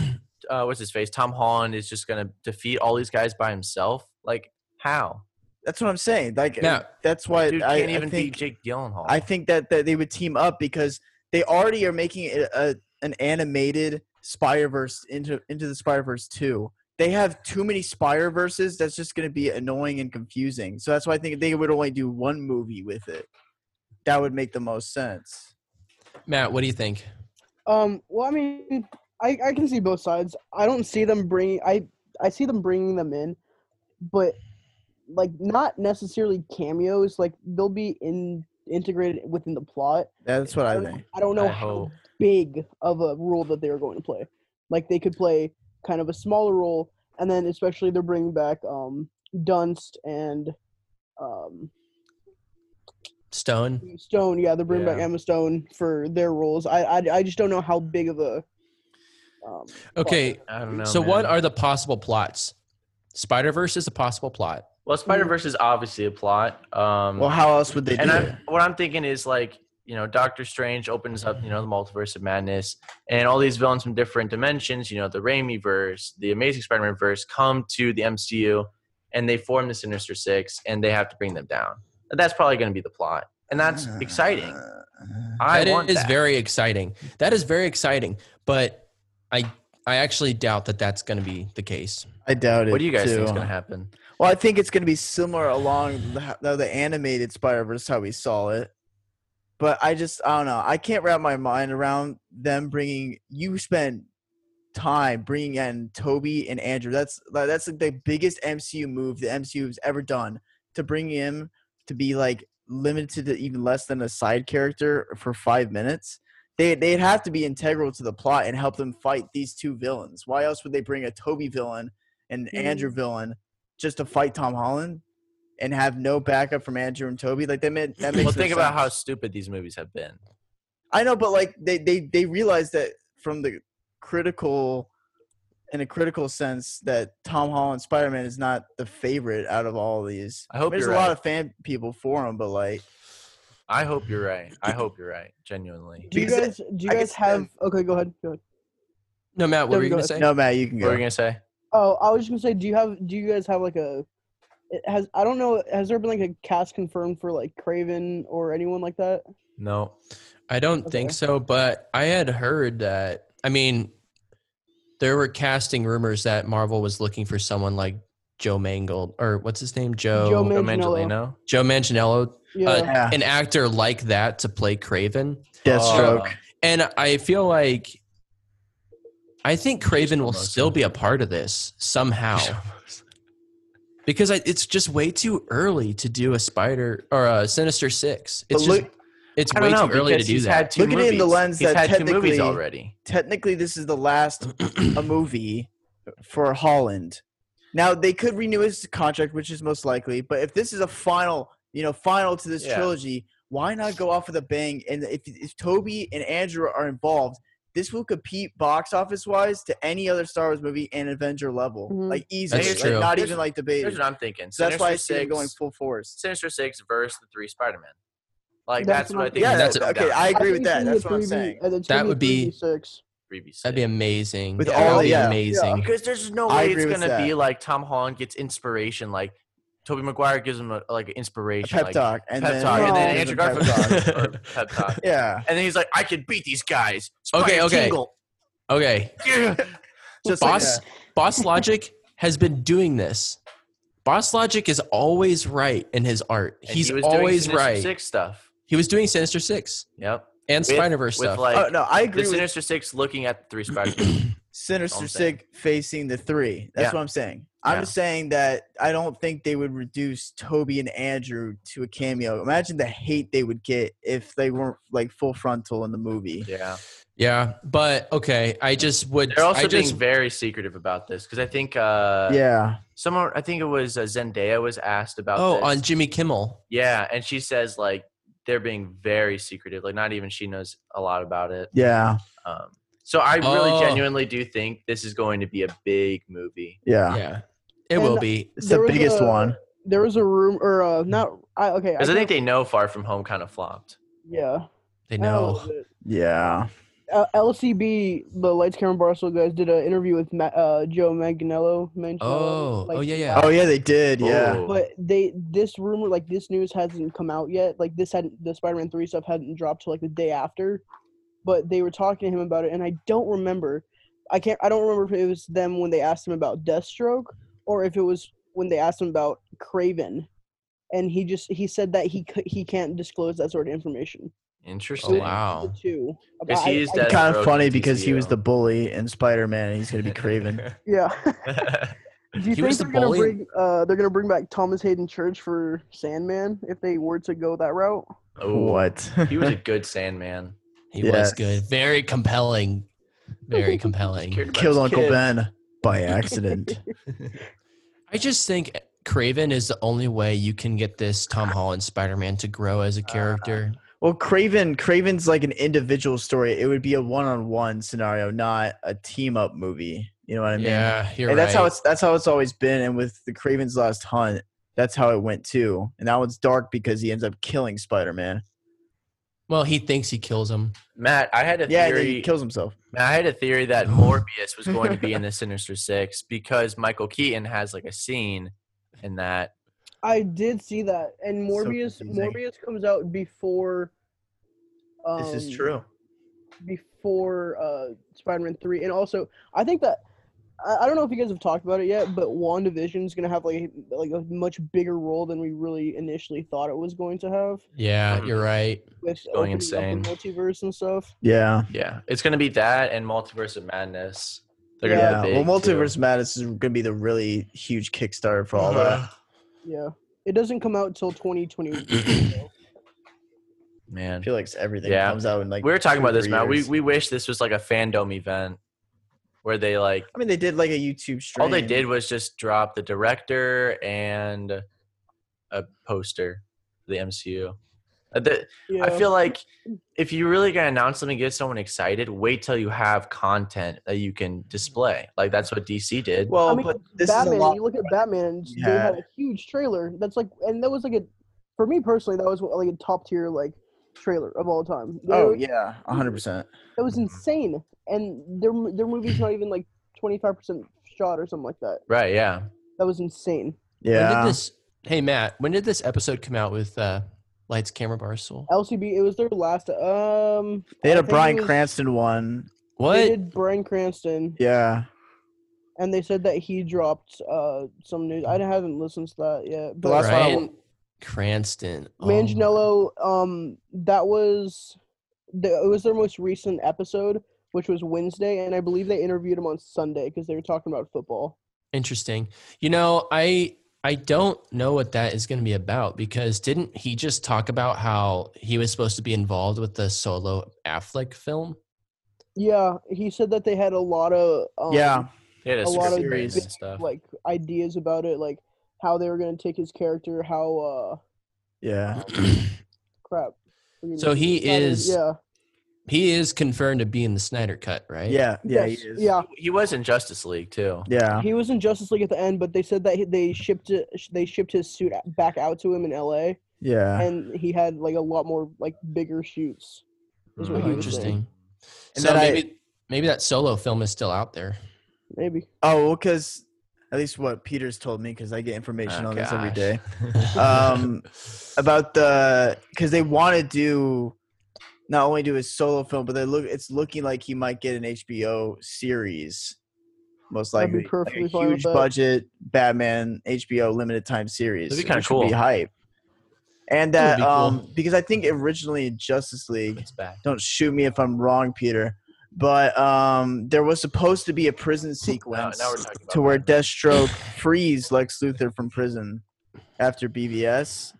S9: uh, what's his face? Tom Holland is just gonna defeat all these guys by himself. Like how?
S8: that's what I'm saying. Like
S11: Yeah.
S8: that's why
S9: Dude
S8: I,
S9: can't
S8: I
S9: even
S8: think
S9: beat Jake Gyllenhaal.
S8: I think that, that they would team up because they already are making it a an animated Spire Verse into into the Spire Verse two. They have too many Spire verses. That's just going to be annoying and confusing. So that's why I think they would only do one movie with it. That would make the most sense.
S11: Matt, what do you think?
S12: Um. Well, I mean, I, I can see both sides. I don't see them bringing. I I see them bringing them in, but like not necessarily cameos. Like they'll be in integrated within the plot.
S8: That's what I
S12: don't-
S8: think.
S12: I don't know
S9: I
S12: how
S9: hope.
S12: big of a role that they were going to play. Like they could play kind of a smaller role, and then especially they're bringing back um Dunst and um
S11: Stone?
S12: Stone. Yeah, they're bringing back
S9: Yeah.
S12: Emma Stone for their roles. I, I I just don't know how big of a. Um,
S11: Okay,
S9: I don't know.
S11: so what
S9: man.
S11: are the possible plots? Spider Verse is a possible plot.
S9: Well, Spider Verse is obviously a plot. Um,
S8: Well, how else would they do
S9: and
S8: it?
S9: I'm, what I'm thinking is like you know, Doctor Strange opens up you know the multiverse of madness, and all these villains from different dimensions, you know, the Raimi verse, the Amazing Spider-Man verse, come to the MCU, and they form the Sinister Six, and they have to bring them down. And that's probably going to be the plot, and that's
S8: Ah.
S9: exciting. I
S11: That is
S9: want that.
S11: very exciting. That is very exciting, but I I actually doubt that that's going to be the case.
S8: I doubt it.
S9: What do you guys
S8: too.
S9: think is going to happen?
S8: Well, I think it's going to be similar along the, the, the animated Spider Verse how we saw it, but I just I don't know. I can't wrap my mind around them bringing. You spent time bringing in Toby and Andrew. That's like, that's like the biggest MCU move the MCU's ever done to bring him to be like limited to even less than a side character for five minutes. They they'd have to be integral to the plot and help them fight these two villains. Why else would they bring a Toby villain and
S9: Mm-hmm.
S12: Mhm.
S8: Andrew villain just to fight Tom Holland and have no backup from Andrew and Toby? Like that made that makes
S9: Well,
S8: no
S9: think about how
S8: sense.
S9: stupid these movies have been.
S8: I know, but like they they they realize that from the critical in a critical sense that Tom Holland Spider Man is not the favorite out of all these.
S9: I hope
S8: there's
S9: you're
S8: a lot
S9: right.
S8: of fan people for him, but like
S9: I hope you're right. I hope you're right. Genuinely.
S12: do you
S8: Because it-
S12: guys do you
S8: I
S12: guys
S8: guess
S12: have?
S8: them-
S12: Okay, go ahead. Go ahead.
S11: No, Matt, what
S12: Devin,
S11: were you
S12: go
S11: going to
S12: ahead.
S11: say?
S8: no Matt, you can
S9: What were you
S8: go.
S9: gonna say?
S12: Oh, I was just gonna say, do you have? Do you guys have like a? It has I don't know. Has there been like a cast confirmed for like Craven or anyone like that?
S9: No.
S11: I don't think
S12: Okay.
S11: so, but I had heard that. I mean, there were casting rumors that Marvel was looking for someone like Joe Mangold or what's his name, Joe
S12: Joe
S11: Joe,
S12: Ma-
S9: Joe
S12: Manganiello.
S9: Manganiello. Ah.
S11: Manganiello,
S12: Yeah.
S11: Uh,
S8: Yeah,
S11: an actor like that to play Craven.
S8: Deathstroke.
S9: Uh,
S11: And I feel like I think Craven will still be a part of this somehow. Because I, it's just way too early to do a Spider or a Sinister Six. It's
S8: But look-
S11: just, it's
S9: I
S11: way
S9: don't know
S11: too early to
S9: because
S11: do
S9: he's
S11: that.
S9: had two
S8: Look at it
S9: movies.
S8: in the lens
S9: he's
S8: that
S9: had two movies
S8: technically-
S9: already.
S8: Technically, this is the last a movie for Holland. Now they could renew his contract, which is most likely. But if this is a final, you know, final to this
S9: Yeah.
S8: trilogy, why not go off with a bang? And if if Toby and Andrew are involved, this will compete box office wise to any other Star Wars movie and Avenger level,
S12: Mhm.
S8: like easily,
S11: That's
S8: like,
S11: true.
S8: not
S9: Here's-
S8: even like
S9: Here's
S8: debated.
S9: what I'm thinking.
S8: So that's
S9: Sinister
S8: why I see
S9: Six,
S8: it going full force.
S9: Sinister Six versus the three Spider Men. Like
S12: That's
S9: that's, what I
S12: not-
S9: think.
S8: Yeah,
S9: is
S11: that's-
S9: gonna come
S8: okay,
S9: down
S8: I
S9: to.
S8: agree with
S12: I think
S8: that.
S12: it's
S8: That's what
S12: gonna
S8: I'm
S12: be
S8: saying.
S12: a- it's
S11: That
S12: gonna
S11: would be-
S12: 36.
S9: Three v six.
S11: That'd be amazing.
S8: With
S11: That
S8: all-
S11: would be
S8: yeah.
S11: amazing.
S9: because there's no
S8: I
S9: way
S8: agree
S9: it's
S8: with
S9: gonna
S8: that.
S9: be like Tom Holland gets inspiration. Like Toby Maguire gives him a, like an
S8: A
S9: inspiration,
S8: pep
S9: like,
S8: talk, and
S9: pep
S8: then,
S9: talk, Oh, and then
S12: No.
S9: Andrew
S8: Pep
S9: Garfield
S8: talk.
S9: gives him a pep talk,
S8: Yeah,
S9: and then he's like, "I can beat these guys."
S11: Okay,
S9: Spider
S11: okay.
S9: Tingle.
S11: Okay.
S9: Yeah.
S8: just like
S11: Boss Boss Logic has been doing this. Boss Logic is always right in his art.
S9: And
S11: He's
S9: he was doing
S11: always
S9: Sinister
S11: right.
S9: Six stuff.
S11: He was doing Sinister Six
S9: Yep.
S11: and
S9: With-
S11: Spider Verse
S9: with
S11: stuff.
S9: like
S8: oh no, I agree
S9: the
S8: with
S9: Sinister Six looking at the three Spider-Men.
S8: Sinister
S9: That's what I'm saying.
S8: Six facing the three. That's
S9: Yeah.
S8: what I'm saying. I'm
S9: Yeah.
S8: just saying that I don't think they would reduce Toby and Andrew to a cameo. Imagine the hate they would get if they weren't like full frontal in the movie.
S9: yeah.
S11: yeah, but okay. I just would.
S9: They're also
S11: I just,
S9: being very secretive about this because I think uh,
S8: yeah.
S9: someone, I think it was uh, Zendaya was asked about
S11: oh
S9: this.
S11: on Jimmy Kimmel.
S9: yeah, and she says like they're being very secretive. Like not even she knows a lot about it.
S8: Yeah.
S9: Um, so I really
S11: Oh.
S9: genuinely do think this is going to be a big movie.
S8: Yeah.
S11: Yeah, it will
S12: And-
S11: be.
S8: It's
S12: There
S8: the
S12: was
S8: biggest
S12: a-
S8: one.
S12: There was a room, or uh, not. I okay.
S9: Because I think they
S12: can't-
S9: know Far From Home kind of flopped.
S12: yeah.
S11: They
S12: Oh,
S11: know.
S12: the-
S8: Yeah.
S12: Uh, LCB, the Lights Camera Barstool guys did an interview with Ma- uh, Joe Manganiello. Manganiello
S11: Oh, oh
S12: like,
S11: yeah, yeah.
S8: Oh yeah, they did. Yeah.
S9: Ooh.
S12: But they this rumor like this news hasn't come out yet. Like this hadn't the Spider Man three stuff hadn't dropped till like the day after. But they were talking to him about it and I don't remember I can't I don't remember if it was them when they asked him about Deathstroke or if it was when they asked him about Craven. And he just he said that he c- he can't disclose that sort of information.
S9: Interesting.
S11: Oh, wow.
S12: The two.
S9: Because
S12: I-
S9: he is
S12: I-
S9: Death
S8: Kind of
S9: Row
S8: funny
S9: from
S8: because he was
S9: TCU.
S8: the bully in Spider Man, and he's gonna be Craven.
S12: yeah. Do you
S11: He
S12: think
S11: was the
S12: they're gonna
S11: bully in-
S12: bring uh, they're gonna bring back Thomas Hayden Church for Sandman if they were to go that route?
S9: Ooh.
S8: what?
S9: He was a good Sandman.
S11: He was
S8: Yes.
S11: good. Very compelling. Very compelling.
S9: Cared about
S8: Killed
S9: his
S8: Uncle
S9: kid.
S8: Ben by accident.
S11: I just think Craven is the only way you can get this Tom Holland Spider Man to grow as
S8: Uh,
S11: a character.
S8: Well, Craven, Craven's like an individual story. It would be a one-on-one scenario, not a team-up movie. You know what I mean?
S11: yeah, you're
S8: and
S11: right.
S8: that's how it's that's how it's always been. And with the Craven's Last Hunt, that's how it went too. And that one's dark because he ends up killing Spider-Man.
S11: well, he thinks he kills him.
S9: Matt, I had a
S8: Yeah, and then
S9: theory.
S8: he kills himself.
S9: Now, I had a theory that Morbius was going to be in the Sinister Six because Michael Keaton has like a scene in that.
S12: I did see that, and
S8: So
S12: Morbius
S8: confusing.
S12: Morbius comes out before. Um,
S9: this is true.
S12: Before uh, Spider-Man three, and also I think that I, I don't know if you guys have talked about it yet, but WandaVision is gonna have like like a much bigger role than we really initially thought it was going to have
S11: Yeah,
S8: Mm-hmm.
S9: Mhm.
S11: you're right.
S12: with
S9: Going
S12: opening up the multiverse and stuff.
S8: Yeah.
S9: Yeah, it's going to be that and Multiverse of Madness. They're going
S8: Yeah.
S9: to
S8: Well, Multiverse Madness is gonna be the really huge Kickstarter for all that.
S9: Uh-huh.
S12: Yeah, it doesn't come out till 2020.
S8: I
S9: Man,
S8: feel like everything
S9: Yeah.
S8: comes out in like
S9: we were talking
S8: two,
S9: about this,
S8: three
S9: Matt. We
S8: years.
S9: we wish this was like a fandom event where they like
S8: I mean, they did like a YouTube stream.
S9: all they did was just drop the director and a poster for the MCU. Uh, the-
S12: yeah.
S9: I feel like if you're really gonna announce something, get someone excited. Wait till you have content that you can display. Like that's what DC did.
S8: Well,
S12: I mean,
S8: but this
S12: Batman.
S8: is a lot.
S12: you look at Batman, and
S8: you
S12: they had
S8: had.
S12: a huge trailer. That's like, and that was like a, for me personally, that was like a top tier like trailer of all time. They
S8: Oh
S12: were-
S8: yeah, hundred percent.
S12: that was insane. And their their movie's not even like twenty five percent shot or something like that.
S9: right? Yeah.
S12: That was insane.
S11: When
S8: Yeah.
S11: did this? Hey Matt, when did this episode come out with uh, Lights, Camera, Barstool?
S8: Oh,
S12: LCB, it was their last. Um,
S8: They had
S12: I
S8: a
S12: think
S8: Brian
S12: it was-
S8: Cranston one.
S12: They
S11: What?
S12: did Brian Cranston,
S8: Yeah.
S12: and they said that he dropped uh some news. I haven't listened to that yet. But
S8: last one I-
S11: Brian Cranston. Oh my-
S12: um, Manganiello, um, that was the it was their most recent episode, which was Wednesday, and I believe they interviewed him on Sunday because they were talking about football.
S11: Interesting. You know, I I don't know what that is going to be about because didn't he just talk about how he was supposed to be involved with the solo Affleck film?
S12: Yeah, he said that they had a lot of
S11: Oh.
S12: um,
S8: yeah,
S9: Yeah,
S12: a
S9: it's
S12: lot of
S9: series
S12: big,
S9: and stuff.
S12: like ideas about it, like how they were going to take his character, how
S8: yeah.
S12: uh crap.
S11: So he
S12: That
S11: is
S12: yeah,
S11: he is confirmed to be in the Snyder cut, right?
S8: Yeah, yeah, he
S12: Yes,
S8: is.
S12: yeah.
S9: He was in Justice League too.
S8: yeah.
S12: He was in Justice League at the end, but they said that he- they shipped it, they shipped his suit back out to him in L.A.
S8: yeah.
S12: and he had like a lot more like bigger shoots. Is what
S11: Oh,
S12: he was saying.
S11: interesting.
S8: And
S11: so
S8: then I-
S11: maybe maybe that solo film is still out there.
S12: Maybe.
S8: Oh, well, because at least what Peter's told me, because I get information
S9: Oh,
S8: on this every
S9: gosh.
S8: day. Um, about the because they want to do not only do his solo film, but they look it's looking like he might get an HBO series, most
S12: I'd be
S8: likely like
S12: perfectly
S8: a
S12: fine with
S8: huge
S12: that.
S9: budget.
S8: Batman HBO limited time series.
S9: That'd be kinda
S8: which would Be
S9: cool.
S8: hype. And
S11: That would
S8: that
S11: be cool.
S8: um, because I think originally in Justice League
S9: It's back.
S8: don't shoot me if I'm wrong, Peter. But um, there was supposed to be a prison
S9: Now,
S8: sequence
S9: now we're talking about
S8: to where
S9: Batman.
S8: Deathstroke frees Lex Luthor from prison after BVS,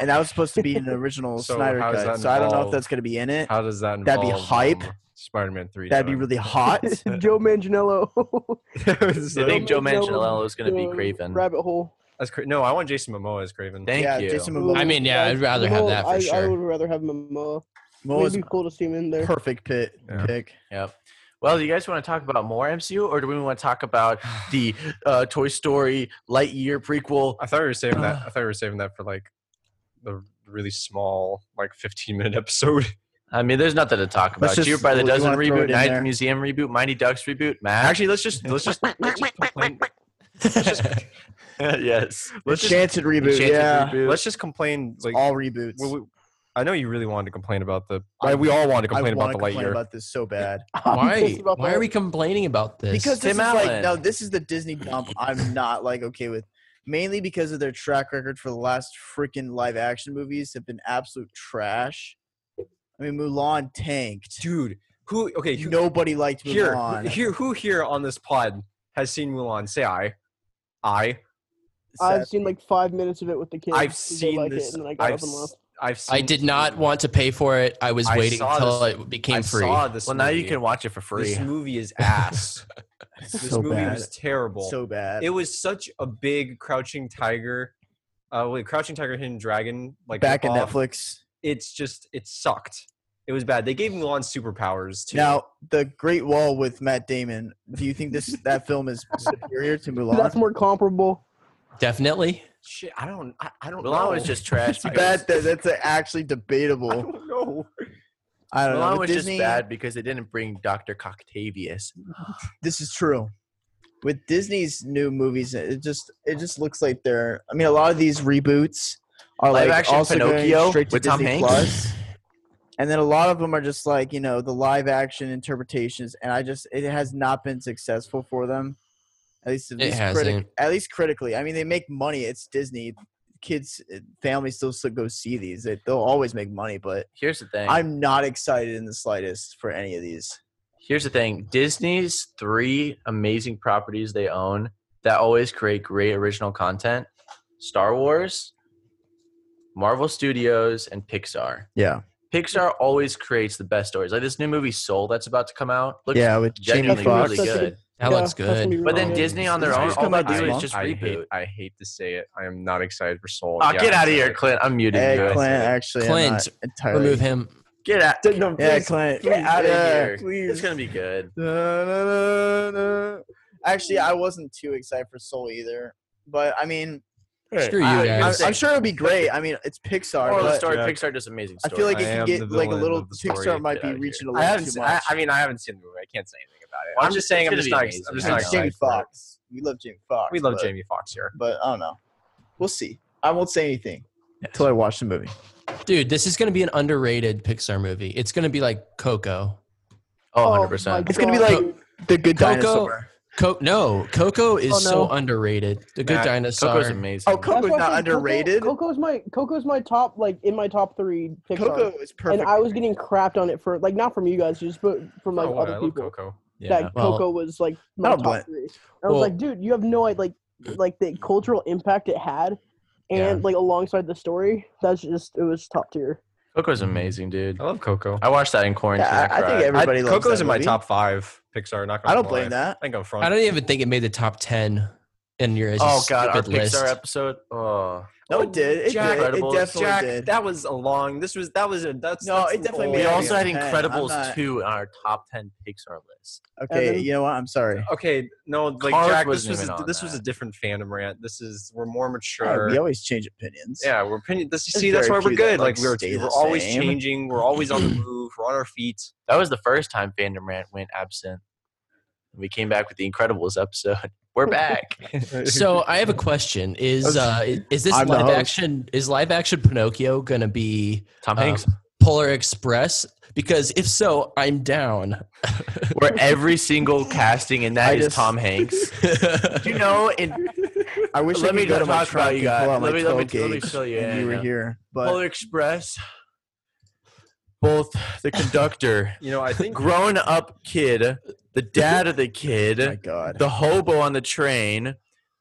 S8: and that was supposed to be in the original
S10: So
S8: Snyder
S10: how does
S8: cut.
S10: that
S8: So I don't know if
S10: involve-
S8: that's going to be in it.
S10: How does that
S8: That'd be
S10: involve,
S8: hype.
S10: um, Spider-Man 3.
S8: That'd be really hot.
S12: Joe Manganiello.
S10: really.
S9: I think Joe
S12: Joe Manganiello
S9: Manganiello is going to be
S12: Joe
S9: Craven.
S12: Rabbit hole.
S10: That's cra- no, I want Jason Momoa as Craven.
S9: Thank
S8: yeah,
S9: you.
S8: Jason
S12: Ooh,
S8: Momoa.
S11: I mean, yeah, I'd rather have
S12: Momoa-
S11: that for
S12: I, I
S11: sure.
S12: would rather have Momoa. It'd
S8: Momoa's
S12: be cool to see him in there.
S8: perfect pit
S10: Yeah.
S8: pick.
S9: Yep. Well, do you guys want to talk about more MCU, or do we want to talk about the uh, Toy Story Lightyear prequel?
S10: I thought we were saving that. I thought we were saving that for like the really small, like 15 minute episode.
S9: I mean, there's nothing to talk about.
S8: Let's just-
S9: Cheer by the
S8: do you
S9: Dozen
S8: wanna throw it
S9: reboot,
S8: in there?
S9: Night Museum reboot, Mighty Ducks reboot. Matt. Actually, let's just let's just yes.
S10: Let's just,
S8: Enchanted reboot.
S9: Enchanted
S8: yeah,
S9: reboot.
S10: let's just complain. Like,
S8: all reboots.
S10: we- we- I know you really wanted to complain about the.
S8: I-
S10: I, we all wanted to
S8: I
S10: complain about
S8: want to
S10: the
S8: complain
S10: Lightyear.
S8: about this so bad.
S11: Why?
S12: pissed about
S11: Why
S12: that.
S11: are we complaining about this?
S8: because this
S9: Tim
S8: is
S9: Allen.
S8: like no, this is the Disney dump. I'm not like okay with mainly because of their track record for the last freaking live action movies have been absolute trash. I mean, Mulan tanked.
S10: Dude, who? Okay, who,
S8: Nobody liked
S10: here,
S8: Mulan.
S10: who- here, who here on this pod has seen Mulan? Say I. I.
S8: Seth,
S12: I've seen like five minutes of it with the kids.
S10: I've
S12: They
S10: seen
S12: like
S10: this-
S12: It, and then I got
S10: I've.
S12: up and
S10: s-
S12: left.
S10: I've seen
S11: I did
S10: this
S11: not
S10: movie.
S11: want to pay for it. I was
S10: I
S11: waiting
S10: saw
S11: until
S10: this-
S11: it
S10: I
S11: became free.
S10: saw this
S9: well, now you
S10: movie.
S9: can watch it for free.
S10: This movie is ass. this
S8: so
S10: movie
S8: bad.
S10: was terrible.
S8: so bad.
S10: it was such a big Crouching Tiger, uh, wait, Crouching Tiger, Hidden Dragon, like
S8: Back in
S10: ripoff.
S8: Netflix.
S10: It's just it sucked. It was bad. They gave Mulan superpowers too.
S8: Now, The Great Wall with Matt Damon. Do you think this that film is superior to Mulan?
S12: That's more comparable.
S11: Definitely.
S10: Shit, I don't, I, I don't. know.
S9: Mulan was just trash. because-
S8: Bad. That, that's actually
S10: I
S8: debatable.
S10: don't know.
S8: I don't know.
S9: Mulan
S8: With
S9: was
S8: Disney-
S9: just bad because they didn't bring Doctor Coctavius.
S8: This is true. With Disney's new movies, it just it just looks like they're. I mean, a lot of these reboots are
S9: Live
S8: like
S9: action
S8: also going
S9: Pinocchio
S8: straight to
S9: with
S8: Disney
S9: Tom Hanks.
S8: Plus. And then a lot of them are just like you know the live action interpretations, and I just it has not been successful for them. At least, at
S11: It
S8: least,
S11: hasn't.
S8: at least critically. I mean, they make money. It's Disney. Kids, families still s- go see these. They, they'll always make money, but
S9: Here's the thing.
S8: I'm not excited in the slightest for any of these.
S9: Here's the thing. Disney's three amazing properties they own that always create great original content: Star Wars, Marvel Studios, and Pixar.
S8: Yeah,
S9: Pixar always creates the best stories. Like this new movie Soul that's about to come out looks
S8: yeah, with Jamie
S9: genuinely
S8: Foxx.
S9: really
S12: That's
S9: good.
S11: That
S12: Yeah,
S11: looks
S12: that's gonna be
S11: good.
S12: really
S9: But then
S12: good.
S9: Disney on their
S8: It's
S9: own,
S8: just
S9: all
S8: come
S9: they
S8: out this
S9: do is
S8: month.
S9: just
S10: I
S9: reboot.
S10: hate, I hate to say it. I am not excited for Soul.
S9: Oh,
S10: Yeah,
S9: get
S10: I
S9: out of
S10: said
S9: here,
S10: it.
S9: Clint. I'm muting
S8: Hey,
S9: you. I
S8: Clint,
S9: said it.
S8: actually, I'm
S11: Clint,
S8: not entirely.
S11: Remove him.
S9: Get out.
S10: No,
S8: Yeah,
S10: please.
S8: Clint.
S9: Get out of
S8: yeah,
S9: here.
S8: Please.
S9: It's gonna be good.
S8: Da, da, da, da. Actually, I wasn't too excited for Soul either, but I mean,
S11: Screw you
S9: I- I-
S8: I,
S11: guys.
S8: I'm sure it'll be great. I mean, it's Pixar.
S9: Moral of the
S8: but
S9: story:
S10: Yeah.
S9: Pixar does amazing
S8: I
S9: stories.
S8: feel like it
S10: I
S8: can
S10: am the
S8: get like a
S10: villain
S8: little
S10: of the story.
S8: Pixar might
S9: Get
S8: be
S9: out of
S8: reaching a
S10: I
S8: little
S10: haven't.
S8: too
S10: se- I,
S8: much.
S10: I mean, I haven't seen the movie. I can't say anything about it.
S9: Well,
S10: I'm just saying. I'm
S9: it's
S10: just
S9: gonna
S10: not.
S9: be
S10: ex- I'm
S9: amazing.
S10: just
S8: And
S10: not
S9: I-
S8: Jamie
S10: excited. for it.
S8: Fox. We love Jamie Fox.
S10: We love
S8: but,
S10: Jamie Fox here.
S8: but I don't know. We'll see. I won't say anything until I watch the movie.
S11: Dude, this is going to be an underrated Pixar movie. It's going to be like Coco.
S9: oh,
S12: Oh,
S9: 100 percent.
S12: my
S8: It's gonna be like
S12: God.
S8: The Good
S11: Coco.
S8: Dinosaur.
S11: Co- no, Coco is
S12: Oh,
S11: so
S12: no.
S11: underrated. The Good
S9: Nah,
S11: Dinosaur.
S9: Coco's amazing.
S8: Oh, Coco's
S12: That's why I
S8: not
S12: said Coco-
S8: underrated.
S12: Coco's my Coco's my top like in my top three Pixar.
S8: Coco is perfect.
S12: and I was getting crapped on it for like not from you guys, just but from like
S10: oh, what? I
S12: other
S10: love
S12: people
S10: Coco.
S11: Yeah,
S12: that
S11: well,
S12: Coco was like
S8: I
S12: my
S8: don't
S12: top
S8: blame-
S12: three. And I was
S11: well-
S12: like, dude, you have no idea, like like the cultural impact it had, and
S11: Yeah.
S12: like alongside the story, that's just it was top tier.
S9: Coco's amazing, dude.
S10: I love Coco.
S9: I watched that in quarantine.
S8: Yeah, I-
S9: I,
S8: I
S9: cried.
S8: think everybody
S10: I,
S8: loves
S10: Coco's
S8: that
S10: in my
S8: movie.
S10: top five Pixar. Not gonna
S8: I don't
S10: lie.
S8: blame that.
S10: I think I'm front.
S11: I don't even think it made the top ten in your
S9: oh god, our
S11: stupid list.
S9: Pixar episode. Oh,
S8: No, it did. It
S9: Jack-
S8: did. It
S9: Incredibles.
S8: definitely
S10: Jack,
S8: did.
S10: that was a long. This was that was a that's
S8: No,
S10: that's
S8: it
S10: an
S8: definitely
S10: old-
S8: made
S9: we
S8: Yeah,
S9: also had
S8: yeah.
S9: Incredibles
S8: I'm not-
S9: two on our top ten Pixar list.
S8: okay,
S12: Evan?
S8: you know what? I'm sorry.
S10: Okay, no, like
S9: Cars
S10: Jack, this
S9: wasn't
S10: was
S9: even
S10: a,
S9: on
S10: this was
S9: that.
S10: a different fandom rant. This is we're more
S8: God,
S10: mature.
S8: Uh, we always change opinions.
S10: Yeah, we're opinion. This,
S8: There's
S10: see, that's why
S8: very
S10: we're
S8: few that,
S10: good.
S8: like,
S10: Like, we're
S8: stay the
S10: we're always
S8: same.
S10: changing. We're always on the move. We're on our feet.
S9: That was the first time Fandom Rant went absent. We came back with the Incredibles episode. We're back.
S11: So I have a question: Is uh, is- is this
S8: I'm the
S11: live
S8: host.
S11: action? Is live action Pinocchio gonna be
S9: Tom
S11: Um,
S9: Hanks.
S11: Polar Express? Because if so, I'm down.
S9: Where every single casting in that
S8: I
S9: is
S8: just-
S9: Tom Hanks. Do you know? In
S8: I wish
S9: Let
S8: I could
S9: me
S8: go
S9: just
S8: to my
S9: talk about
S8: truck
S9: you
S8: and
S9: guys.
S8: pull out my
S9: Let me- let me-
S8: 12
S9: let me
S8: gauge
S9: show you.
S8: and
S9: Yeah,
S8: you were
S9: yeah.
S8: here, but
S9: Polar Express, both the conductor,
S10: You know, I think
S9: grown-up kid, the dad of the kid,
S8: oh my god,
S9: the hobo on the train,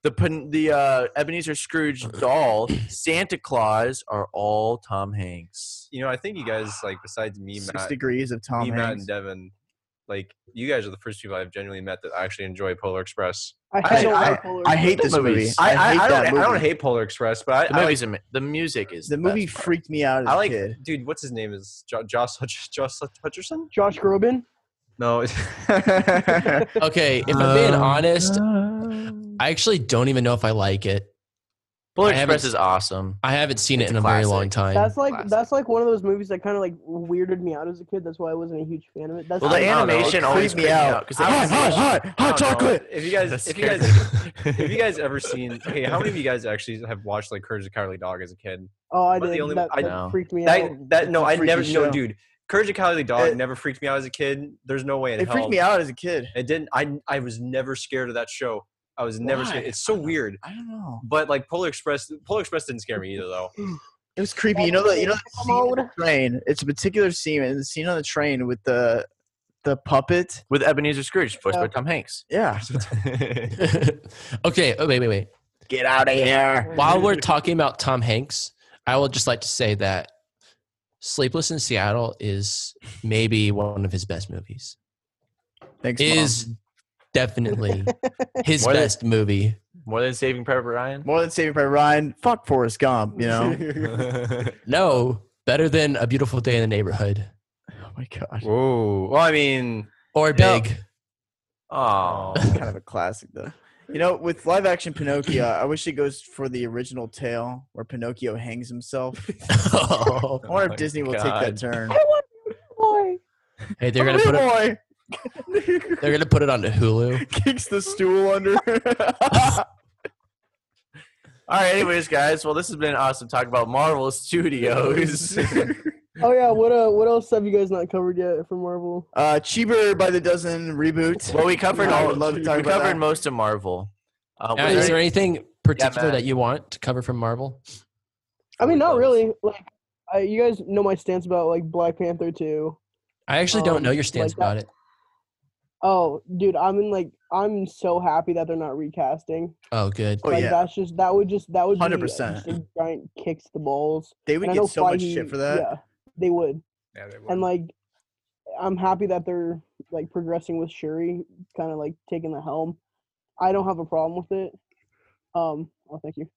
S9: the pin- the uh, Ebenezer Scrooge doll, Santa Claus are all Tom Hanks.
S10: you know, I think you guys like besides me,
S8: six
S10: Matt,
S8: degrees of Tom
S10: me, Matt,
S8: Hanks.
S10: and Devin. Like, you guys are the first people I've genuinely met that actually enjoy Polar Express.
S12: I, don't
S8: I-
S12: like Polar
S8: I
S12: Express.
S8: hate
S9: That
S8: this
S9: movie
S8: movie.
S9: is-
S10: I, I,
S8: hate
S10: I,
S8: that
S10: don't,
S8: movie.
S10: I don't hate Polar Express, but
S9: The
S10: I, I like,
S9: movie's ama- the music is
S8: the
S9: best
S8: movie
S9: part.
S8: freaked me out as
S10: I like
S8: a kid.
S10: dude. What's his name? Is jo- Josh Hutch- Josh Hutcherson?
S12: Josh Groban.
S10: No.
S11: okay, if I'm being honest, I actually don't even know if I like it.
S9: Polar
S11: I haven't-
S9: Express is awesome.
S11: I haven't seen
S9: It's
S11: it in
S9: a
S11: a very
S9: classic.
S11: long time.
S12: That's like
S9: classic.
S12: that's like one of those movies that kind of like weirded me out as a kid. That's why I wasn't a huge fan of it. That's
S9: Well, the
S12: like-
S10: don't know. It
S9: animation
S10: freaked
S9: always
S8: me
S9: freaked me
S8: out.
S9: out because
S8: Hot, hot, hot,
S10: I
S8: hot
S10: don't know.
S8: chocolate.
S10: If you guys, if you guys, have you guys ever seen? Okay, how many of you guys actually have watched like Courage the Cowardly Dog as a kid?
S12: oh, I
S10: but the
S12: did.
S10: only-
S12: that
S10: I
S12: that
S9: know.
S12: freaked me out.
S10: That that no,
S8: It's a
S10: I never.
S8: freaky show.
S10: No, dude, Courage the Cowardly Dog
S8: It-
S10: never freaked me out as a kid. There's no way in
S8: It
S10: hell.
S8: freaked me out as a kid.
S10: It didn't. I I was never scared of that show. I was never
S8: Why?
S10: scared. It's so weird.
S8: I don't know.
S10: But like Polar Express, Polar Express didn't scare me either though.
S8: It was creepy. You know that you know that scene on the
S12: Mode.
S8: train. It's a particular scene and the scene on the train with the the puppet.
S9: with Ebenezer Scrooge, voiced by
S12: Yeah.
S9: Tom Hanks.
S8: Yeah.
S11: okay, oh, wait, wait, wait.
S8: Get out of here.
S11: While we're talking about Tom Hanks, I would just like to say that Sleepless in Seattle is maybe one of his best movies.
S8: Thanks, Mom.
S11: Is definitely his
S9: More than-
S11: best movie.
S9: More than Saving Private Ryan.
S8: More than Saving Private Ryan. Fuck Forrest Gump. You know.
S11: No, better than A Beautiful Day in the Neighborhood
S8: oh my god.
S10: Whoa. Well, I mean,
S11: or
S8: No.
S11: Big.
S9: Oh,
S8: kind of a classic though. You know, with live action Pinocchio, I wish it goes for the original tale where Pinocchio hangs himself. I wonder
S10: Oh my
S8: if Disney will take that
S9: God.
S8: turn.
S12: Boy,
S11: Hey, they're gonna put it,
S8: Leroy
S11: they're gonna put it on Hulu.
S8: kicks the stool under.
S9: all right. Anyways, guys. Well, this has been awesome talking about Marvel Studios.
S12: oh yeah, what uh, what else have you guys not covered yet for Marvel?
S8: uh, cheaper by the dozen reboot.
S9: well, we covered
S8: I
S9: all.
S8: would love to
S9: we
S8: talk
S9: covered
S8: about that.
S9: most of Marvel. Uh, was
S11: Matt, is there anything particular
S9: Matt.
S11: that you want to cover from Marvel?
S12: I mean, not
S9: Close.
S12: really. Like, I, you guys know my stance about like Black Panther two.
S11: I actually don't
S12: Um,
S11: know your stance
S12: like that-
S11: about it.
S12: Oh, dude, I'm in like I'm so happy that they're not recasting.
S11: Oh, good.
S8: Oh
S12: like
S8: yeah,
S12: that's just that would just that would
S8: 100%.
S12: be uh, just a giant kicks to the balls.
S8: they would
S12: And I know
S8: get so much
S12: Feige-
S8: shit for that.
S12: Yeah, they would.
S10: yeah, they were.
S12: And like, I'm happy that they're like progressing with Shuri, kind of like taking the helm. I don't have a problem with it. Um, oh, thank you,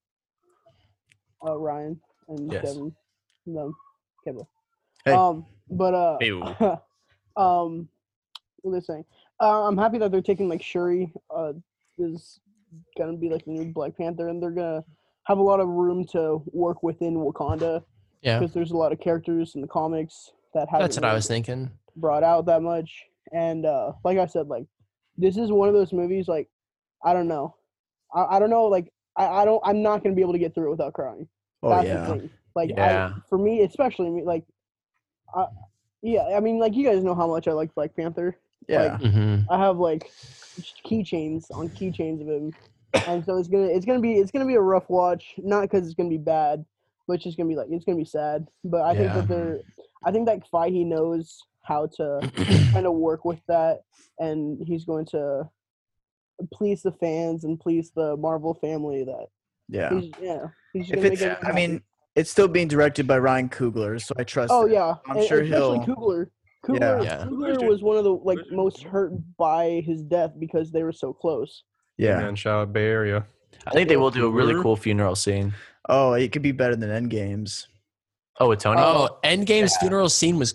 S12: uh, Ryan and
S11: Yes.
S12: Devin, and them, Kibble.
S8: Hey.
S12: Um, but uh,
S9: Ew.
S12: um, what they're saying. Uh, I'm happy that they're taking like Shuri. Uh, is gonna be like the new Black Panther, and they're gonna have a lot of room to work within Wakanda
S11: Yeah,
S12: because there's a lot of characters in the comics that haven't
S11: that's what I
S12: really
S11: was thinking.
S12: brought out that much. And uh, like I said, like this is one of those movies. Like I don't know, I, I don't know. Like I, I don't. I'm not gonna be able to get through it without crying.
S8: Oh
S12: That's
S8: yeah,
S12: the thing. Like
S9: Yeah.
S12: I, for me, especially me, like, I, yeah. I mean, like you guys know how much I like Black Panther.
S8: Yeah.
S12: Like, I have like keychains on keychains of him, and so it's gonna it's gonna be it's gonna be a rough watch. Not because it's gonna be bad, but it's just gonna be like it's gonna be sad. But I think
S11: Yeah.
S12: that they're I think that Fahey knows how to kind of work with that, and he's going to please the fans and please the Marvel family. That
S8: yeah.
S12: he's, yeah, he's just
S8: If
S12: gonna make
S8: it's,
S12: everyone
S8: I
S12: happy.
S8: mean, it's still being directed by Ryan Coogler, so I trust.
S12: Oh
S8: it.
S12: yeah,
S8: I'm
S12: and
S8: sure
S12: especially
S8: he'll-
S12: Kugler.
S8: Yeah.
S12: Kugler,
S11: Yeah.
S12: Kugler was one of the like most hurt by his death because they were so close.
S8: Yeah.
S10: Man, shout out Bay Area.
S9: I think they will do a really cool funeral scene.
S8: Oh, it could be better than Endgames.
S9: Oh, with Tony.
S11: oh, Endgame's funeral scene was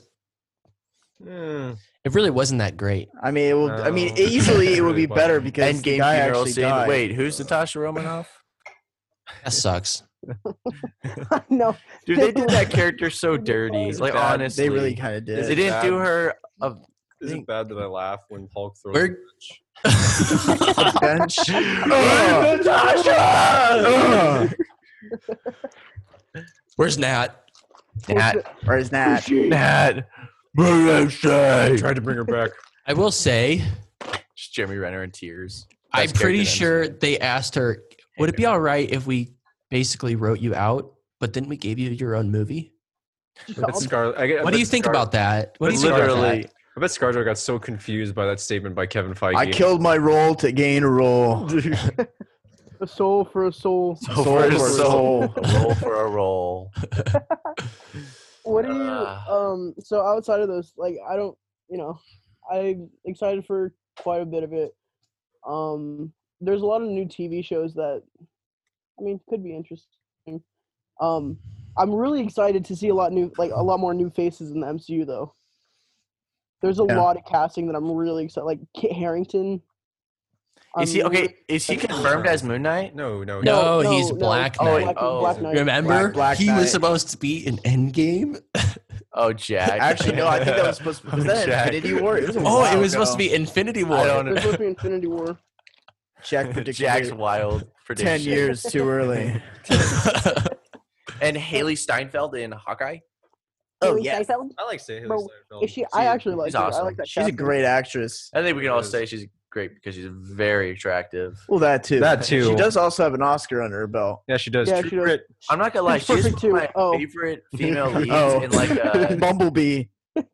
S9: Hmm.
S11: it really wasn't that great.
S8: I mean, it will. I mean,
S10: No.
S8: easily it would be
S10: Really
S8: better
S10: wasn't.
S8: because
S9: Endgame
S8: the guy
S9: funeral
S8: actually
S9: scene.
S8: died.
S9: Wait, who's Natasha Romanoff?
S11: That sucks.
S12: I know.
S9: Dude, they did that character so dirty. Like
S10: Bad.
S9: honestly,
S8: Oh, they really kind of did.
S9: They didn't do her. A,
S10: Is it bad that I laugh when Hulk throws?
S11: We're-
S8: Bench.
S9: Where's Natasha?
S11: Where's Nat?
S9: Nat,
S8: Or is that?
S9: Nat,
S10: tried to bring her back.
S11: I will say,
S9: Just Jeremy Renner in tears.
S11: I'm
S9: Best character
S11: pretty
S9: in
S11: sure
S9: MCU.
S11: they asked her, would it be all right if we basically wrote you out, but then we gave you your own movie?
S10: That's Scarlet. I, get- I
S11: What do
S10: bet
S11: you think
S10: Scar-
S11: about that? What do you
S10: But
S11: think about
S10: literally-
S11: that?
S10: I bet ScarJo got so confused by that statement by Kevin Feige.
S8: I killed my role to gain a role.
S12: A soul for a soul.
S9: So for a
S8: for
S9: soul, a roll for a roll.
S12: What do you
S9: Ah.
S12: um so outside of those like I don't you know, I'm excited for quite a bit of it. Um there's a lot of new TV shows that I mean could be interesting. Um I'm really excited to see a lot new like a lot more new faces in the MCU though. There's a
S8: Yeah.
S12: lot of casting that I'm really excited like Kit Harrington.
S9: Is he okay? Is he confirmed as Moon Knight?
S10: No, no, no.
S11: Um, No, he's Black
S9: Oh,
S11: Knight.
S12: Black,
S9: oh.
S12: Black Knight.
S11: Remember,
S8: Black- Black
S11: he
S8: Knight.
S11: was supposed to be in Endgame.
S9: Oh, Jack.
S8: Actually, no. I think that was supposed to be was that
S9: Jack.
S8: Infinity War. It was a
S11: Oh, it
S8: while
S11: was supposed to
S8: ago.
S11: be Infinity War.
S9: I don't
S12: There's supposed to be Infinity War.
S8: Jack
S9: know.
S8: predicted
S9: Jack's
S8: it
S9: wild prediction.
S8: ten years too early.
S9: And Haley Steinfeld in Hawkeye.
S8: oh
S12: Haley
S8: yeah,
S12: Steinfeld?
S10: I like Haley
S12: Bro,
S10: Steinfeld.
S12: Is she? I
S10: She's-
S12: actually like
S9: she's
S12: her. I
S9: awesome.
S12: like that.
S8: she's a
S12: casting.
S8: great actress.
S9: I think we can all
S10: Yes.
S9: say she's great because she's very attractive.
S8: Well, that too.
S10: That too.
S8: She does also have an Oscar under her belt.
S10: Yeah, she does.
S12: Yeah,
S10: True
S12: she does.
S10: Grit.
S9: I'm not gonna lie,
S12: She's
S9: she's one
S12: perfect
S9: of
S12: too.
S9: my
S12: Oh.
S9: favorite female leads
S8: Oh.
S9: in like uh, a
S8: Bumblebee.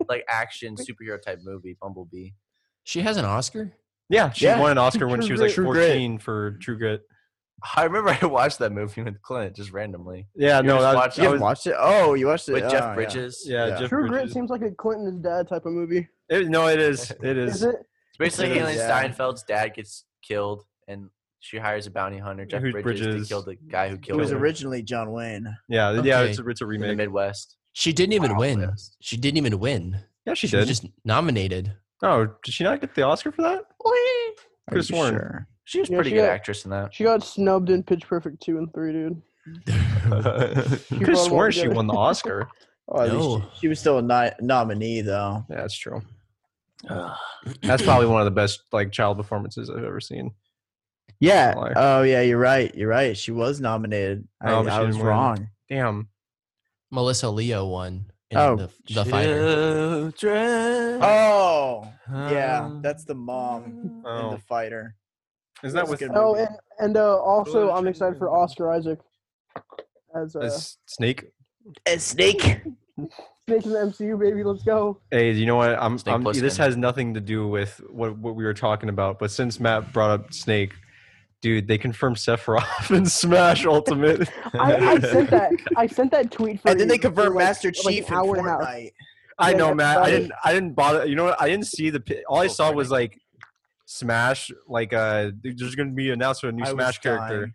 S9: like action superhero type movie, Bumblebee.
S11: she has an Oscar.
S10: Yeah, she
S8: Yeah.
S10: won an Oscar when
S8: True
S10: she was like
S8: Grit. True Grit.
S10: 14 for True Grit.
S9: I remember I watched that movie with Clint just randomly
S10: Yeah,
S9: You
S10: no,
S9: just
S10: that,
S9: watched
S10: that
S8: You
S9: it?
S10: was,
S8: haven't watched it? Oh, you watched it
S9: with
S8: oh,
S9: Jeff
S8: yeah.
S9: Bridges.
S10: yeah,
S8: Yeah.
S10: Jeff
S12: True Grit
S10: Bridges.
S12: seems like a Clinton's dad type of movie.
S10: It- no, it is. It is.
S12: Is it?
S9: It's basically
S8: Yeah.
S9: Haley Steinfeld's dad gets killed and she hires a bounty hunter, Jeff
S10: Who's
S9: Bridges,
S10: Bridges?
S9: to kill the guy who
S8: It
S9: killed
S8: was
S9: him
S8: originally John Wayne.
S10: Yeah, yeah,
S11: Okay.
S10: it's a, it's a
S9: in the
S10: remake.
S9: Midwest.
S11: She didn't even
S9: Wow,
S11: win.
S9: yes.
S11: She didn't even win.
S10: yeah, she
S11: She was
S10: did.
S11: just nominated.
S10: oh, did she not get the Oscar for that?
S8: Are you
S10: Could've sworn.
S8: sure?
S9: She was
S12: Yeah,
S9: pretty
S12: she
S9: good
S12: got-
S9: actress in that.
S12: She got snubbed in Pitch Perfect two and three, dude.
S10: Could have
S12: won
S10: sworn
S12: one
S10: she
S12: together.
S10: won the Oscar.
S8: Oh, at least
S11: No.
S8: she, she was still a ni- nominee, though.
S10: Yeah, that's true.
S9: Ugh.
S10: That's probably one of the best like child performances I've ever seen.
S8: Yeah.
S10: Liar.
S8: Oh, yeah. You're right. You're right. She was nominated. I,
S10: Oh, but
S8: I
S10: she
S8: was
S10: didn't win.
S8: wrong.
S10: Damn.
S11: Melissa Leo won. In
S8: Oh,
S11: the, the fighter.
S9: Children.
S8: Oh, yeah. That's the mom
S10: Um, Oh.
S8: and the fighter.
S10: Is that
S8: That's
S10: with
S8: good.
S12: Oh, and and uh, also I'm excited for Oscar Isaac as uh,
S10: as Snake?
S8: A snake.
S12: Snake in the MCU, baby. Let's go.
S10: Hey, you know what? I'm,
S9: Snake
S10: I'm
S9: Plissken.
S10: this has nothing to do with what, what we were talking about, but since Matt brought up Snake, dude, they confirmed Sephiroth in Smash Ultimate.
S12: I, I sent that. I sent that tweet for.
S8: And then
S12: you
S8: they convert
S12: for, like,
S8: Master
S12: like an
S8: Chief in
S12: hour and a half.
S8: Fortnite.
S10: I
S12: Yeah,
S10: know,
S12: that's
S10: Matt. I
S12: right.
S10: didn't. I didn't bother. You know what? I didn't see the. pi- All I
S9: Oh,
S10: saw was
S9: Fortnite.
S10: like Smash. Like, uh, there's going to be announced a new
S8: I was
S10: Smash character,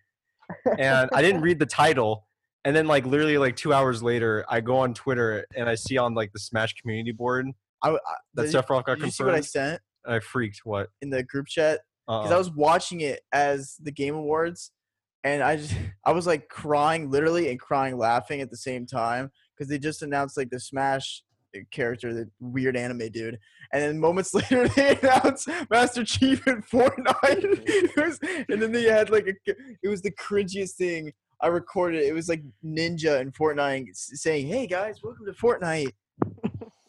S8: dying.
S10: and I didn't read the title. And then, like, literally, like two hours later, I go on Twitter and I see on like the Smash community board
S8: I, I,
S10: that
S8: did,
S10: Sephiroth got
S8: did you see what I
S10: confirmed.
S8: sent
S10: I, freaked. What?
S8: in the group chat? because I
S9: Oh.
S10: Uh,
S8: was watching it as the Game Awards, and I just I was like crying literally and crying laughing at the same time because they just announced like the Smash uh, character, the weird anime dude, and then moments later they announced Master Chief in Fortnite, It was- and then they had like a, it was the cringiest thing. I recorded it. It was like Ninja in Fortnite s- saying, "Hey guys, welcome to Fortnite.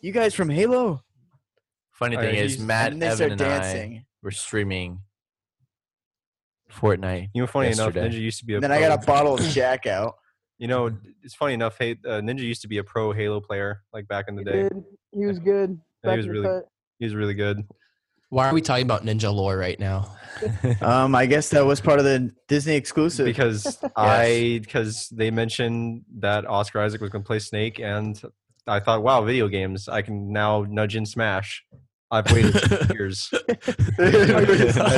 S8: You guys from Halo?
S9: Funny
S10: Oh,
S9: thing
S10: yeah,
S9: is,
S10: he's-
S9: Matt,
S8: and they
S9: Evan,
S8: start
S9: and
S8: dancing.
S9: I were streaming Fortnite.
S10: You know, funny enough,
S9: Yesterday.
S10: Ninja used to be a.
S8: And then I got a
S10: pro-
S8: bottle of Jack out.
S10: You know, it's funny enough. Hey, uh, Ninja used to be a pro Halo player, like back in the
S12: He
S10: day.
S12: did. He was good.
S10: Yeah, he
S12: Back
S10: was
S12: in the
S10: really-
S12: cut.
S10: He was really good.
S11: Why are we talking about ninja lore right now?
S8: Um, I guess that was part of the Disney exclusive.
S10: Because I, because they mentioned that Oscar Isaac was going to play Snake, and I thought, wow, video games. I can now nudge in Smash. I've waited years.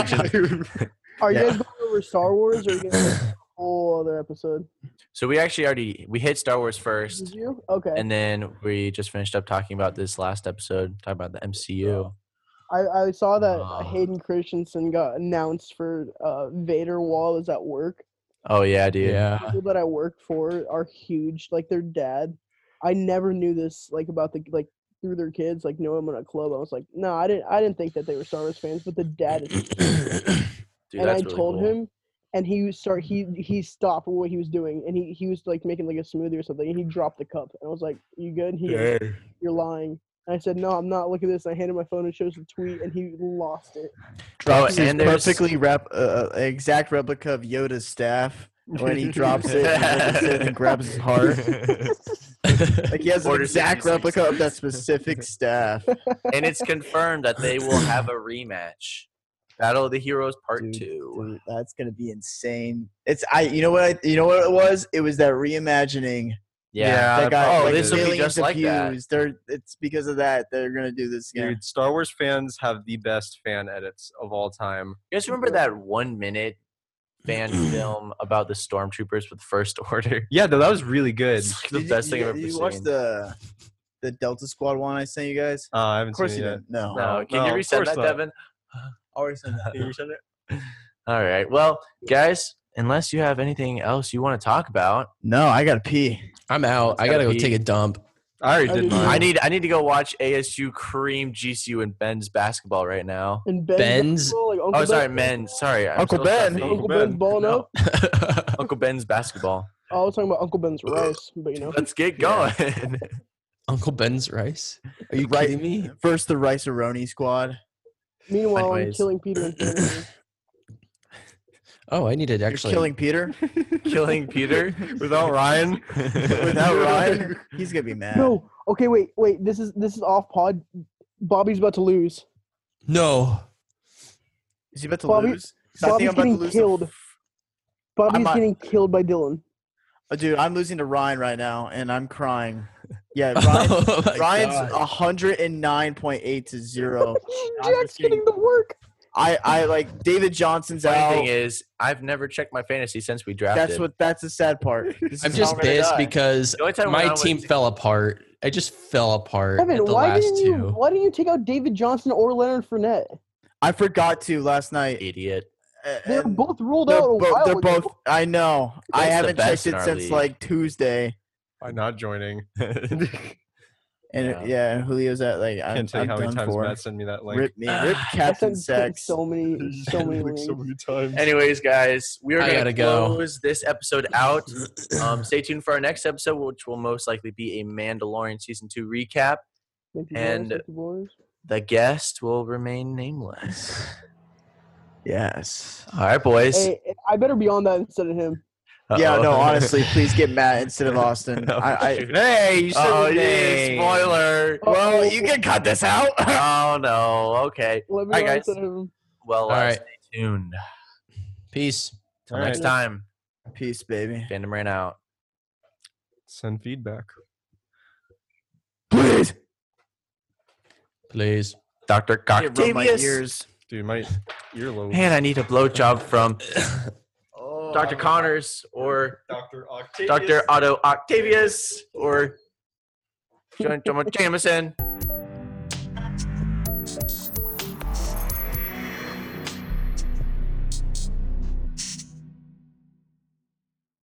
S12: Are
S10: Yeah.
S12: you guys going over Star Wars or are you guys going a whole other episode?
S9: So we actually already we hit Star Wars
S12: Did
S9: first,
S12: you? Okay.
S9: and then we just finished up talking about this last episode, talking about the MCU.
S12: I, I saw that
S9: Oh.
S12: Hayden Christensen got announced for uh, Vader Wall is at work.
S9: Oh yeah, dude.
S11: Yeah.
S12: People that I work for are huge, like their dad. I never knew this, like about the like through their kids, like know him in a club. I was like, no, I didn't. I didn't think that they were Star Wars fans, but the dad is.
S9: Dude,
S12: and I
S9: that's really
S12: told
S9: cool.
S12: him, and he started. He he stopped what he was doing, and he he was like making like a smoothie or something, and he dropped the cup, and I was like, "You good?" And he goes, "You're lying." And I said, "No, I'm not. Look at this." And I handed my phone and shows the tweet, and he lost it.
S9: Oh,
S8: Drops his
S9: and there's
S8: perfectly rep, uh, uh, exact replica of Yoda's staff. When he drops it, he lifts it and grabs his heart. Like he has an
S9: Orders it and
S8: exact
S9: he
S8: replica of that specific staff.
S9: and it's confirmed that they will have a rematch, Battle of the Heroes Part
S8: Dude,
S9: Two.
S8: dude, that's gonna be insane. It's I. You know what? I, you know what it was? It was that reimagining.
S9: Yeah.
S8: that got,
S9: oh,
S8: like,
S9: this will be
S8: millions
S9: just
S8: of
S9: like that.
S8: views. They're, it's because of that they're gonna do this
S10: Dude,
S8: again.
S10: Star Wars fans have the best fan edits of all time.
S9: You guys remember that one minute fan film about the stormtroopers with First Order?
S10: Yeah, though that was really good.
S9: It's like the
S8: Did you-
S9: best thing
S8: you,
S9: I've ever
S8: you
S9: seen.
S8: watched the the Delta Squad one I sent you guys?
S10: Uh, I haven't
S8: Of course
S10: seen
S8: you
S10: it yet.
S8: didn't. No.
S9: no,
S10: No,
S9: can
S10: no,
S9: you
S10: of
S9: resend
S10: course
S9: that,
S10: not.
S9: Devin? Already sent that. Can you resend it? All right. Well, guys, unless you have anything else you want to talk about,
S8: No, I gotta pee.
S11: I'm out. I gotta go
S9: Gotta pee.
S11: take a dump.
S10: I
S12: I
S10: already
S12: did
S10: did mine.
S9: I need I need to go watch ASU cream GCU and Ben's basketball right now.
S12: And Ben's,
S11: Ben's-
S12: basketball, like Uncle
S9: Oh, sorry,
S12: Ben's
S9: men.
S12: basketball?
S9: Sorry, I'm
S8: Uncle
S9: so
S8: Ben.
S9: stuffy.
S12: Uncle
S10: Uncle
S12: Ben's
S10: Ben.
S12: ball
S9: No.
S12: no. Oh,
S9: Uncle Ben's basketball.
S12: I was talking about Uncle Ben's rice, but you know.
S9: Let's get going.
S11: Uncle Ben's rice. Are you
S8: Right.
S11: kidding me?
S8: First the Rice Aroni Squad.
S12: Meanwhile, I'm
S11: Anyways.
S12: killing Peter and Fanny.
S11: Oh, I need to
S8: You're
S11: actually.
S8: killing Peter
S9: Killing Peter.
S10: Without Ryan,
S8: without Ryan. He's gonna be mad.
S12: No. Okay, wait, wait. This is this is off pod. Bobby's about to lose.
S11: No.
S8: Is he about to
S12: Bobby-
S8: lose? 'Cause I
S12: Bobby's
S8: think I'm about
S12: getting
S8: to lose. to-
S12: killed. Bobby's
S8: might-
S12: getting killed by Dylan.
S8: Oh, dude, I'm losing to Ryan right now, and I'm crying. Yeah, Ryan,
S11: Oh my
S8: Ryan's
S11: God.
S8: 109.8 to zero. I'm
S12: Jack's
S8: just kidding.
S12: getting the work.
S8: I, I like David Johnson's
S9: Funny
S8: out.
S9: thing is, I've never checked my fantasy since we drafted.
S8: that's what. That's the sad part. This
S11: I'm
S8: is how
S11: just
S8: we're gonna
S11: pissed
S8: die.
S11: because
S9: The only time when I
S11: my
S9: went
S11: team
S9: to-
S11: fell apart. I just fell apart
S12: Evan,
S11: at the
S12: why
S11: last
S12: didn't you
S11: two.
S12: why didn't you take out David Johnson or Leonard Fournette?
S8: I forgot to last night.
S9: idiot.
S8: a-
S12: They're
S8: and
S12: both ruled
S8: they're
S12: out. a
S8: bo-
S12: while
S8: they're
S12: ago.
S8: both. I know. I
S9: That's the
S8: haven't
S9: best
S8: checked
S9: in
S8: it
S9: our
S8: since
S9: league.
S8: like Tuesday.
S10: by not joining.
S8: And
S9: Yeah.
S8: yeah, and Julio's at like I
S10: Can't tell you how many times Matt sent me that link.
S8: Rip me, rip
S12: I
S8: Captain
S12: sent Pete
S8: Sex.
S12: so many so many
S10: Like, so
S12: links.
S10: many times.
S9: Anyways, guys, we are
S11: I
S9: going to
S11: gotta go.
S9: close this episode out. Um, stay tuned for our next episode, which will most likely be a Mandalorian season two recap.
S12: Thank you,
S9: And-
S12: guys. Thank you, boys.
S9: The guest will remain nameless.
S8: Yes.
S9: All right, boys.
S12: Hey, I better be on that instead of him.
S8: Yeah.
S9: Uh-oh.
S8: No. Honestly, please get Matt instead of Austin.
S9: Oh,
S8: I, I,
S9: shoot. hey, you said
S8: Oh,
S9: my name.
S8: yeah,
S9: spoiler.
S12: Uh-oh.
S8: well, you can cut this out.
S9: oh no. Okay.
S12: Let me
S9: All right,
S12: on
S9: guys.
S12: instead of him.
S9: Well, uh,
S11: All right.
S9: stay tuned.
S11: Peace.
S9: Till
S10: All
S9: next
S10: right.
S9: time.
S8: Peace, baby.
S9: Fandom ran out.
S10: Send feedback.
S8: Please.
S11: Please.
S9: Dr.
S8: It rubbed my
S9: Octavius.
S8: ears.
S10: Dude, my earlobe.
S9: Man, I need a blowjob from
S8: Oh,
S9: Dr. Connors or
S10: Dr. Octavius.
S9: Dr. Otto Octavius or John Thomas Jameson.